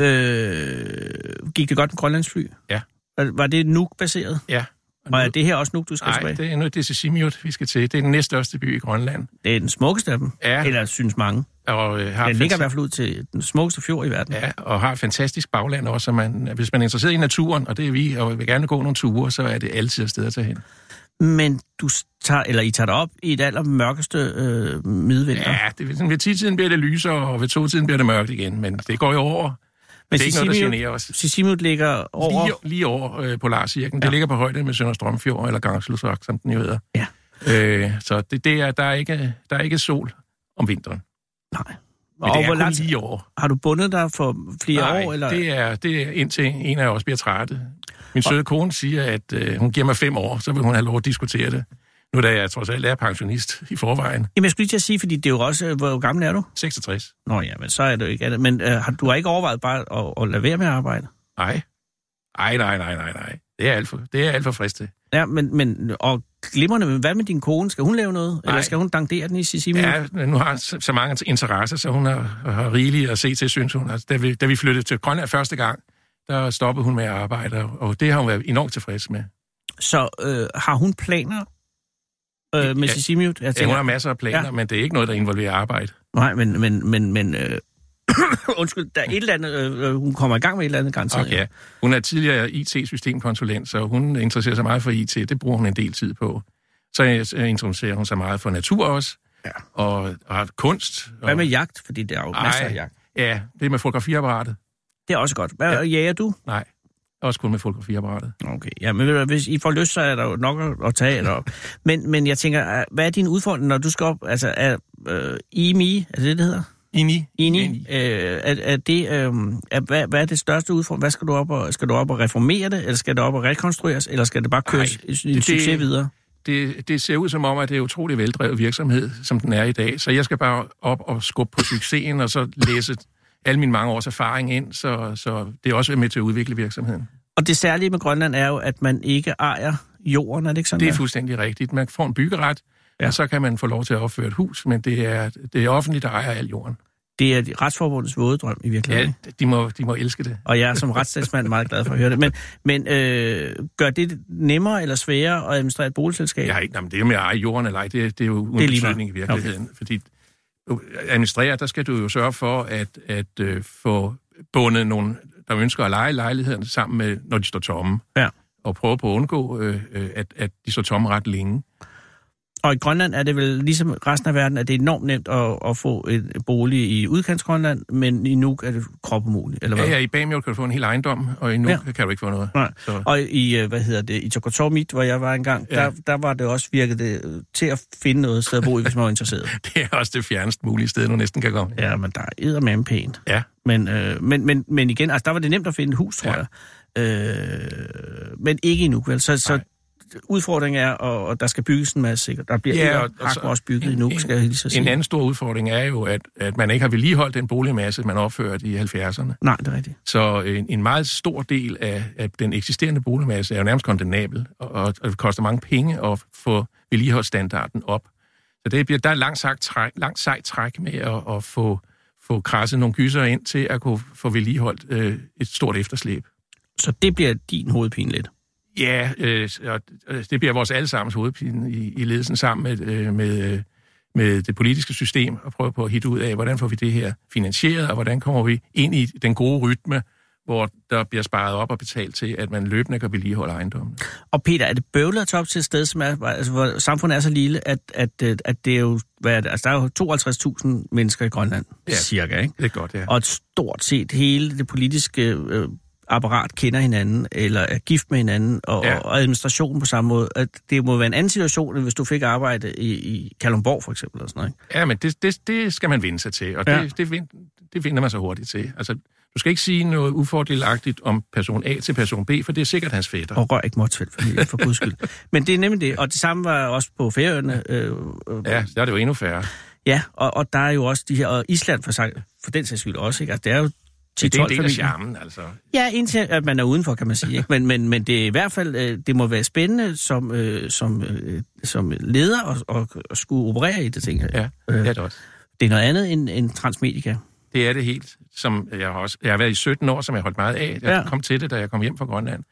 Speaker 3: Øh, gik det godt med Grønlands fly?
Speaker 6: Ja.
Speaker 3: Var, var det Nuuk-baseret?
Speaker 6: Ja. Og
Speaker 3: Og er
Speaker 6: nu-
Speaker 3: det her også Nuuk, du skal
Speaker 6: Nej,
Speaker 3: tilbage? Det...
Speaker 6: det er nu det er til Simiut, vi skal til. Det er den næststørste by i Grønland.
Speaker 3: det er den smukkeste af dem,
Speaker 6: Ja.
Speaker 3: eller synes mange.
Speaker 6: Og, øh, har
Speaker 3: Den ligger i
Speaker 6: fanta-
Speaker 3: hvert fald ud til den smukkeste fjord i verden.
Speaker 6: Ja, og har et fantastisk bagland også. og Man, hvis man er interesseret i naturen, og det er vi, og vil gerne gå nogle ture, så er det altid et sted at tage hen.
Speaker 3: Men du s- tager, eller I tager dig op i et allermørkeste øh, midvinter.
Speaker 6: Ja, det, sådan, ved 10-tiden bliver det lysere, og ved 2-tiden bliver det mørkt igen, men det går jo over.
Speaker 3: Men
Speaker 6: det er ikke noget, der
Speaker 3: Sisimiut-
Speaker 6: generer os.
Speaker 3: Sisimiut ligger over...
Speaker 6: Lige, lige over øh, Polarcirklen. Ja. Det ligger på højde med Sønder Strømfjord, eller Gangslusok, som den jo hedder.
Speaker 3: Ja.
Speaker 6: Øh, så det, det er, der, er ikke, der er ikke sol om vinteren.
Speaker 3: Nej.
Speaker 6: Men og det er
Speaker 3: hvor
Speaker 6: kun
Speaker 3: langt,
Speaker 6: lige over.
Speaker 3: har du bundet dig for flere
Speaker 6: Nej,
Speaker 3: år? Eller?
Speaker 6: det er, det er indtil en af os bliver trætte. Min søde kone siger, at øh, hun giver mig fem år, så vil hun have lov at diskutere det. Nu da jeg trods alt er pensionist i forvejen,
Speaker 3: Jamen, jeg skulle lige til at sige, fordi det er jo også... øh, Hvor gammel er du?
Speaker 6: 66.
Speaker 3: Nå ja, men så er det jo ikke andet. Men øh, har- du har ikke overvejet bare at, at lade være med at arbejde?
Speaker 6: Nej. Ej, nej, nej, nej, nej. Det er alt for, det er alt for friste.
Speaker 3: Ja, men, men og glimrende, men hvad med din kone? Skal hun lave noget? Nej. Eller
Speaker 6: Nej.
Speaker 3: skal hun dankdere den i Sisimiut?
Speaker 6: Ja, men nu har hun så, så mange interesser, så hun har, har rigeligt at se til, synes hun. Altså, da, vi, da vi flyttede til Grønland første gang, der stoppede hun med at arbejde, og det har hun været enormt tilfreds med.
Speaker 3: Så øh, har hun planer øh, med
Speaker 6: Ja.
Speaker 3: Sisimiut? Jeg
Speaker 6: Ja, hun
Speaker 3: tænker,
Speaker 6: har masser af planer,
Speaker 3: Ja.
Speaker 6: ja. men det er ikke noget, der involverer arbejde.
Speaker 3: Nej, men... men, men, men øh, (coughs) undskyld, der er et eller andet... Øh, øh, hun kommer i gang med et eller andet garanteret.
Speaker 6: Okay. Hun er tidligere IT-systemkonsulent, så hun interesserer sig meget for IT. Det bruger hun en del tid på. Så øh, interesserer hun sig meget for natur også, ja. og, og kunst. Og,
Speaker 3: Hvad med jagt? Fordi der er jo Ej. masser af
Speaker 6: Ej.
Speaker 3: jagt.
Speaker 6: Ja, det er med fotografiapparatet.
Speaker 3: Det er også godt. Hvad ja.
Speaker 6: Ja.
Speaker 3: jager du?
Speaker 6: Nej, også kun med fotografiapparatet.
Speaker 3: Okay, ja, men ved du, hvad, hvis I får lyst, så er der jo nok at- at tage
Speaker 6: (laughs)
Speaker 3: derop. Men, men jeg tænker, er- hvad er din udfordring, når du skal op? Altså, er øh, IMI, er det det, det hedder?
Speaker 6: Ini.
Speaker 3: INI? Øh, er, er det, øh, er, hvad, hvad er det største udfordring? Hvad skal du op og, skal du op og reformere det, eller skal det op og rekonstrueres, eller skal det bare køres
Speaker 6: Nej,
Speaker 3: Ej, en
Speaker 6: det-
Speaker 3: succes
Speaker 6: det-
Speaker 3: videre?
Speaker 6: det, det ser ud som om, at det er en utrolig veldrevet virksomhed, som den er i dag. Så jeg skal bare op og skubbe på succesen, og så læse alle mine mange års erfaring ind, så, så det er også med til at udvikle virksomheden.
Speaker 3: Og det særlige med Grønland er jo, at man ikke ejer jorden, er det ikke sådan?
Speaker 6: Det er
Speaker 3: der?
Speaker 6: fuldstændig rigtigt. Man får en byggeret, ja. og så kan man få lov til at opføre et hus, men det er, det er offentligt, der ejer al jorden.
Speaker 3: det er retsforbundets våde drøm i virkeligheden.
Speaker 6: Ja, de må, de må elske det.
Speaker 3: Og jeg er som retsstatsmand meget glad for at høre det. Men, men øh, gør det nemmere eller sværere at administrere et boligselskab?
Speaker 6: Jeg har ikke, jamen, det er jo med at eje jorden eller ej, det, det er jo uden
Speaker 3: Det
Speaker 6: det
Speaker 3: er
Speaker 6: er
Speaker 3: lige meget.
Speaker 6: betydning i virkeligheden. Okay. Fordi øh, administrere, der skal du jo sørge for at, at øh, få bundet nogen, der ønsker at lege lejligheden sammen med, når de står tomme.
Speaker 3: Ja.
Speaker 6: Og prøve på at undgå, øh, øh, at, at de står tomme ret længe.
Speaker 3: Og i Grønland er det vel, ligesom resten af verden, at det er enormt nemt at, at få en bolig i udkantsgrønland, men i Nuuk er det kropumuligt, eller hvad?
Speaker 6: Ja, ja, i Bamjord kan du få en hel ejendom, og i Nuuk
Speaker 3: Ja.
Speaker 6: ja. kan du ikke få noget.
Speaker 3: Nej.
Speaker 6: Så,
Speaker 3: Og i, øh, hvad hedder det, i Tokotormit, hvor jeg var engang, ja.
Speaker 6: Ja.
Speaker 3: der, der var det også virket øh, til at finde noget sted at bo i, hvis man var
Speaker 6: (laughs)
Speaker 3: interesseret.
Speaker 6: (laughs) det er også det fjernest mulige sted, du næsten kan komme.
Speaker 3: Ja, men der er eddermame pænt.
Speaker 6: Ja.
Speaker 3: Men, øh, men, men, men igen, altså der var det nemt at finde et hus, tror ja.
Speaker 6: Ja.
Speaker 3: jeg. Øh, men ikke endnu, vel? Så, så
Speaker 6: Nej.
Speaker 3: udfordringen er, og, og der skal bygges en masse sikkert. Der bliver
Speaker 6: Ja,
Speaker 3: ja,
Speaker 6: og- og
Speaker 3: og,
Speaker 6: så-
Speaker 3: og også bygget endnu, skal jeg hilse at sige.
Speaker 6: en anden stor udfordring er jo, at, at man ikke har vedligeholdt den boligmasse, man opførte i 70'erne.
Speaker 3: Nej, det er rigtigt.
Speaker 6: Så en, en meget stor del af, af den eksisterende boligmasse er jo nærmest kondemnabel, og, og, og det koster mange penge at få vedligeholdsstandarden op. Så det bliver, der er langt, sagt træk, langt sejt træk med at, at få, få krasset nogle gyser ind til at kunne få vedligeholdt øh, et stort efterslæb.
Speaker 3: Så det bliver din hovedpine lidt.
Speaker 6: Ja, øh, og øh, det bliver vores allesammens hovedpine i, i ledelsen sammen med, øh, med, øh, med det politiske system og prøve på at hitte ud af, hvordan får vi det her finansieret, og hvordan kommer vi ind i den gode rytme, hvor der bliver sparet op og betalt til, at man løbende kan vedligeholde ejendommen.
Speaker 3: Og Peter, er det bøvlet at tage op til et sted, som er, altså, hvor samfundet er så lille, at, at, øh, at det er jo, hvad er det, altså, der er jo 52.000 mennesker i Grønland, ja.
Speaker 6: Ja.
Speaker 3: cirka, ikke?
Speaker 6: Det er godt, ja.
Speaker 3: og at stort set hele det politiske øh, apparat kender hinanden, eller er gift med hinanden, og, ja.
Speaker 6: Ja.
Speaker 3: og administrationen på samme måde. At det må være en anden situation, end hvis du fik arbejde i, i Kalundborg for eksempel. Eller sådan noget, ikke?
Speaker 6: Ja, men det, det, det skal man vinde sig til, og det,
Speaker 3: Ja.
Speaker 6: ja. det, vind, det finder man så hurtigt til. Altså, du skal ikke sige noget ufordelagtigt om person A til person B, for det er sikkert hans fætter.
Speaker 3: Og rør ikke Motsfeldt familien, for guds (laughs) skyld. Men det er nemlig det, og det samme var også på Færøerne. Øh, øh,
Speaker 6: Ja, der er det jo endnu færre.
Speaker 3: ja og, og der er jo også de her, og Island for, sig- for den sags skyld også, ikke? Altså, det er jo 10-12
Speaker 6: Det er en del af
Speaker 3: familier.
Speaker 6: charmen, altså.
Speaker 3: Ja, indtil at man er udenfor, kan man sige. Ikke? Men, men, men det er i hvert fald, øh, det må være spændende som, øh, som, øh, som leder og, og, og skulle operere i det, tænker jeg.
Speaker 6: Ja, det er det også.
Speaker 3: Det er noget andet end, end transmedia.
Speaker 6: Det er det helt, som jeg har også... Jeg har været i 17 år, som jeg har holdt meget af. Jeg
Speaker 3: Ja.
Speaker 6: ja. kom til det, da jeg kom hjem fra Grønland.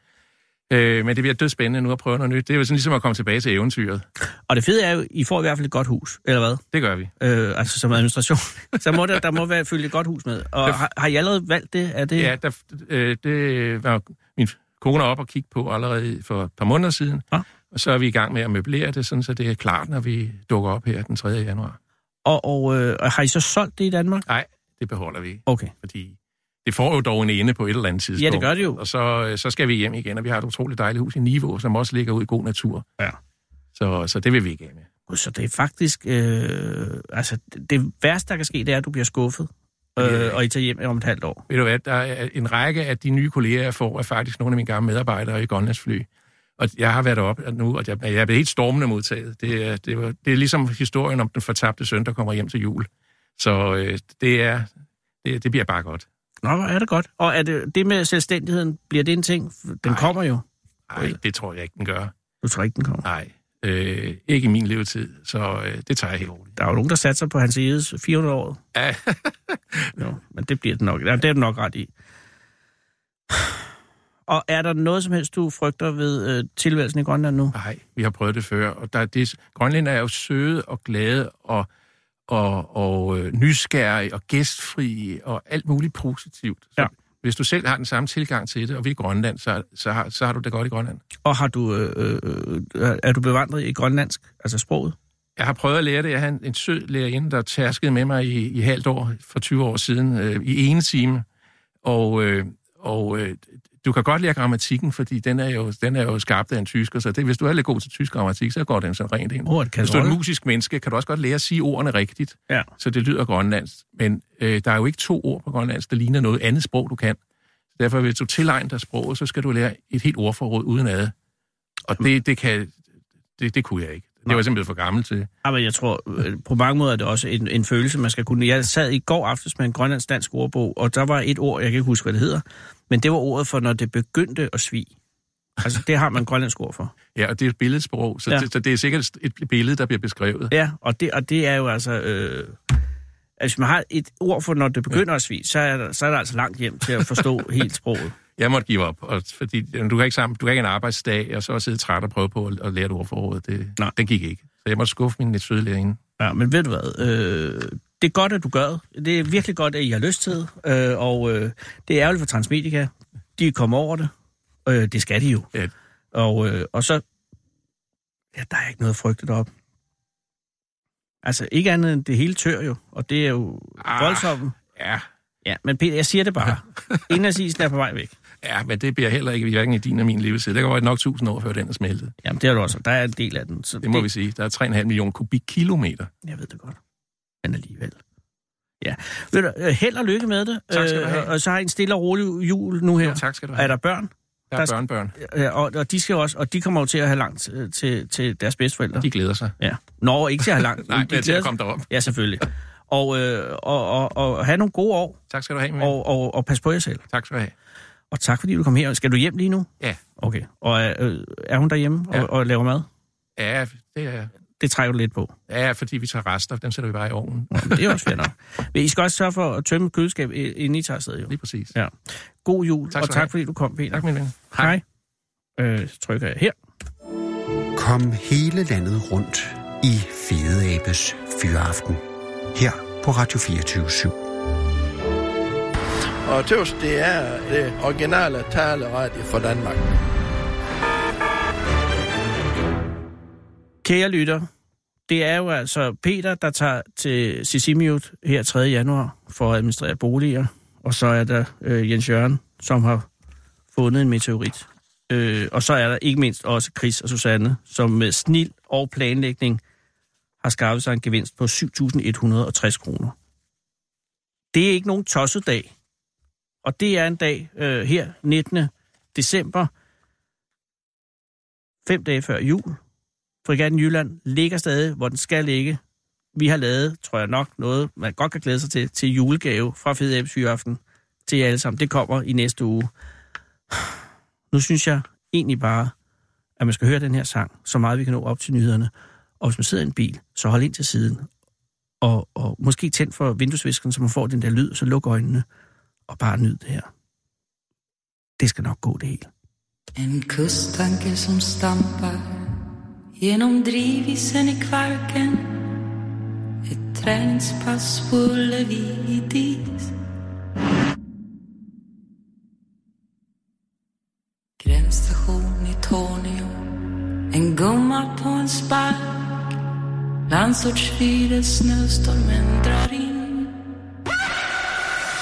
Speaker 6: Øh, men det bliver dødspændende nu at prøve noget nyt. Det er jo sådan ligesom at komme tilbage til eventyret.
Speaker 3: Og det fede er jo, I får i hvert fald et godt hus, eller hvad?
Speaker 6: Det gør vi.
Speaker 3: Øh, altså som administration. (laughs) Så må der, der må være følge et godt hus med. Og har, har I allerede valgt det? Er det...
Speaker 6: Ja, der, øh, det var min kone op og kigge på allerede for et par måneder siden.
Speaker 3: Ja.
Speaker 6: Og så er vi i gang med at møblere det, sådan, så det er klart, når vi dukker op her den 3. januar.
Speaker 3: Og, og, øh, og har I så solgt det i Danmark?
Speaker 6: Nej, det beholder vi,
Speaker 3: Okay.
Speaker 6: fordi det får jo dog en ende på et eller andet
Speaker 3: Ja,
Speaker 6: tidspunkt.
Speaker 3: det gør det jo.
Speaker 6: Og så, øh, så skal vi hjem igen, og vi har et utroligt dejligt hus i Niveau, som også ligger ud i god natur.
Speaker 3: Ja.
Speaker 6: Så, så det vil vi ikke af med.
Speaker 3: Gud, Så det er faktisk... Øh, altså, det- det værste, der kan ske, det er, at du bliver skuffet.
Speaker 6: Ja.
Speaker 3: Øh, og I tager hjem om et halvt år.
Speaker 6: Ved du hvad, der er en række af de nye kolleger, jeg får, er faktisk nogle af mine gamle medarbejdere i Grønlands Fly. Og jeg har været op nu, og jeg, jeg er blevet helt stormende modtaget. Det er, det, var, det er ligesom historien om den fortabte søn, der kommer hjem til jul. Så øh, det, er, det, det bliver bare godt.
Speaker 3: Nå, hvor er det godt. Og er det, det med selvstændigheden, bliver det en ting? Den Ej.
Speaker 6: Nej.
Speaker 3: kommer jo.
Speaker 6: Nej, det tror jeg ikke, den gør.
Speaker 3: Du tror ikke, den kommer.
Speaker 6: Nej, øh, ikke i min levetid, så øh, det tager jeg helt roligt.
Speaker 3: Der er jo nogen, der satser på hans eget 400 år.
Speaker 6: Ja.
Speaker 3: jo, men det bliver det nok. Ja, det er du nok ret i. Og er der noget som helst, du frygter ved øh, tilværelsen i Grønland nu?
Speaker 6: Nej, vi har prøvet det før. Og der, er det, Grønland er jo søde og glade og, og, og øh, nysgerrige og gæstfri og alt muligt positivt. Så
Speaker 3: Ja.
Speaker 6: Hvis du selv har den samme tilgang til det, og vi er i Grønland, så, så, har, så har du det godt i Grønland.
Speaker 3: Og har du, øh, øh, øh, er du bevandret i grønlandsk, altså sproget?
Speaker 6: Jeg har prøvet at lære det. Jeg havde en, en sød lærerinde, der tærskede med mig i, i halvt år, for 20 år siden, øh, i ene time. Og, øh, og øh, du kan godt lære grammatikken, fordi den er jo, den er jo skabt af en tysker, så det, hvis du er lidt god til tysk grammatik, så går den så rent ind.
Speaker 3: Ordet kan
Speaker 6: Hvis du er et musisk menneske, kan du også godt lære at sige ordene rigtigt,
Speaker 3: Ja.
Speaker 6: så det lyder grønlandsk. Men øh, der er jo ikke to ord på grønlandsk, der ligner noget andet sprog, du kan. Derfor, hvis du tilegner dig sproget, så skal du lære et helt ordforråd uden ad. Og det, det, kan, det, det kunne jeg ikke. Det var jeg simpelthen for gammel til.
Speaker 3: Ja, men jeg tror, øh, på mange måder er det også en, en følelse, man skal kunne. Jeg sad i går aftes med en grønlands-dansk ordbog, og der var et ord, jeg kan ikke huske, hvad det hedder, men det var ordet for, når det begyndte at svige. Altså, det har man grønlandsk ord for.
Speaker 6: Ja, og det er et billedsprog, så,
Speaker 3: Ja.
Speaker 6: ja. det, så det er sikkert et billede, der bliver beskrevet.
Speaker 3: Ja, og det, og det er jo altså... Øh, Altså, hvis man har et ord for, når det begynder ja. at svige, så er, der, så er der altså langt hjem til at forstå helt sproget.
Speaker 6: Jeg måtte give op, og, fordi jamen, du kan ikke sammen, du kan ikke en arbejdsdag, og så sidde træt og prøve på at, at lære et ordforråd. Det,
Speaker 3: Nej.
Speaker 6: Den gik ikke. Så jeg måtte skuffe min lidt søde lærerinde.
Speaker 3: Ja, men ved du hvad? Øh, det er godt, at du gør det. Det er virkelig godt, at I har lyst til det. Øh, og øh, det er ærgerligt for Transmedia. De er kommet over det. Øh, det skal de jo.
Speaker 6: Ja.
Speaker 3: Og, øh, og så... Ja, der er ikke noget at frygte deroppe. Altså, ikke andet end det hele tør jo. Og det er jo
Speaker 6: Ah.
Speaker 3: voldsomt.
Speaker 6: Ja,
Speaker 3: Ja, men Peter, jeg siger det
Speaker 6: (laughs)
Speaker 3: bare. Indlandsisen er på vej væk.
Speaker 6: ja, men det bliver heller ikke hverken i din og min levetid. Der går nok tusind år, før den er smeltet.
Speaker 3: Jamen, det er du også. Der er en del af den. Så
Speaker 6: Det må vi sige. Der er 3,5 millioner kubikkilometer.
Speaker 3: Jeg ved det godt. Men alligevel. Ja. Ved du, øh, held og lykke med det.
Speaker 6: Tak skal du have.
Speaker 3: Øh, Og så har I en stille og rolig jul nu her.
Speaker 6: Jo, tak skal du
Speaker 3: Er
Speaker 6: have.
Speaker 3: der børn?
Speaker 6: Der
Speaker 3: der
Speaker 6: er
Speaker 3: skal-
Speaker 6: børnebørn.
Speaker 3: Ja, og, og de skal jo også, og de kommer jo til at have langt øh, til, til deres bedsteforældre.
Speaker 6: De glæder sig.
Speaker 3: Ja. Nå, ikke til at have
Speaker 6: (laughs)
Speaker 3: langt.
Speaker 6: Nej,
Speaker 3: De
Speaker 6: men til
Speaker 3: glæder
Speaker 6: at komme derop.
Speaker 3: sig. Ja, selvfølgelig. Og, øh, og, og, og have nogle gode år,
Speaker 6: Tak skal du have, min.
Speaker 3: og, og, og pas på jer selv.
Speaker 6: Tak skal du have.
Speaker 3: Og tak fordi du kom her. Skal du hjem lige nu?
Speaker 6: Ja.
Speaker 3: Okay. Og er, øh, er hun derhjemme og,
Speaker 6: Ja.
Speaker 3: og laver mad?
Speaker 6: Ja, det er,
Speaker 3: Det trækker du lidt på.
Speaker 6: ja, fordi vi tager rester, dem sætter vi bare i ovnen.
Speaker 3: Nå, men det er også fair nok.
Speaker 6: (laughs)
Speaker 3: Men I skal også sørge for at tømme køleskabet, i- inden I tager afsted, jo.
Speaker 6: Lige præcis.
Speaker 3: Ja. God jul,
Speaker 6: Tak
Speaker 3: og
Speaker 6: skal du
Speaker 3: tak
Speaker 6: have.
Speaker 3: fordi du kom, Peter.
Speaker 6: Tak, min ven.
Speaker 3: Hej. Øh, så trykker jeg her.
Speaker 1: Kom hele landet rundt i Fede Abes Fyraften. Her på Radio 24 /7.
Speaker 7: Og tøvs, det er det originale taleradio for Danmark.
Speaker 3: Kære lytter, det er jo altså Peter, der tager til Sisimiut her 3. januar for at administrere boliger. Og så er der øh, Jens Jørgen, som har fundet en meteorit. Øh, og så er der ikke mindst også Chris og Susanne, som med snil og planlægning har skaffet sig en gevinst på 7.160 kroner. Det er ikke nogen tosset dag. Og det er en dag øh, her 19. december, fem dage før jul, Frigatten Jylland ligger stadig, hvor den skal ligge. Vi har lavet, tror jeg nok, noget, man godt kan glæde sig til, til julegave fra Fede Abes Fyraften til jer alle sammen. Det kommer i næste uge. Nu synes jeg egentlig bare, at man skal høre den her sang, så meget vi kan nå op til nyhederne. Og hvis man sidder i en bil, så hold ind til siden. Og, og måske tænd for vinduesvisken, så man får den der lyd, så luk øjnene og bare nyd det her. Det skal nok gå det hele.
Speaker 8: En kusttanke som stampar Genom drivisen i Kvarken Ett träningspass på Ullevi dit Gränsstation i Tornio En gumma på en spark Landsortsfyr där snöstormen drar in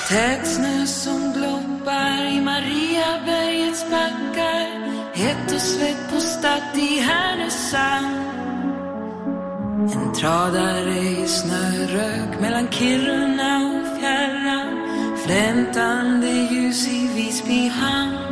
Speaker 8: Tät snö som gloppar i Mariabergets backar Hett och svett på Statt i Härnösand En tradare i snörök mellan Kiruna och fjärran Flämtande ljus i Visby hamn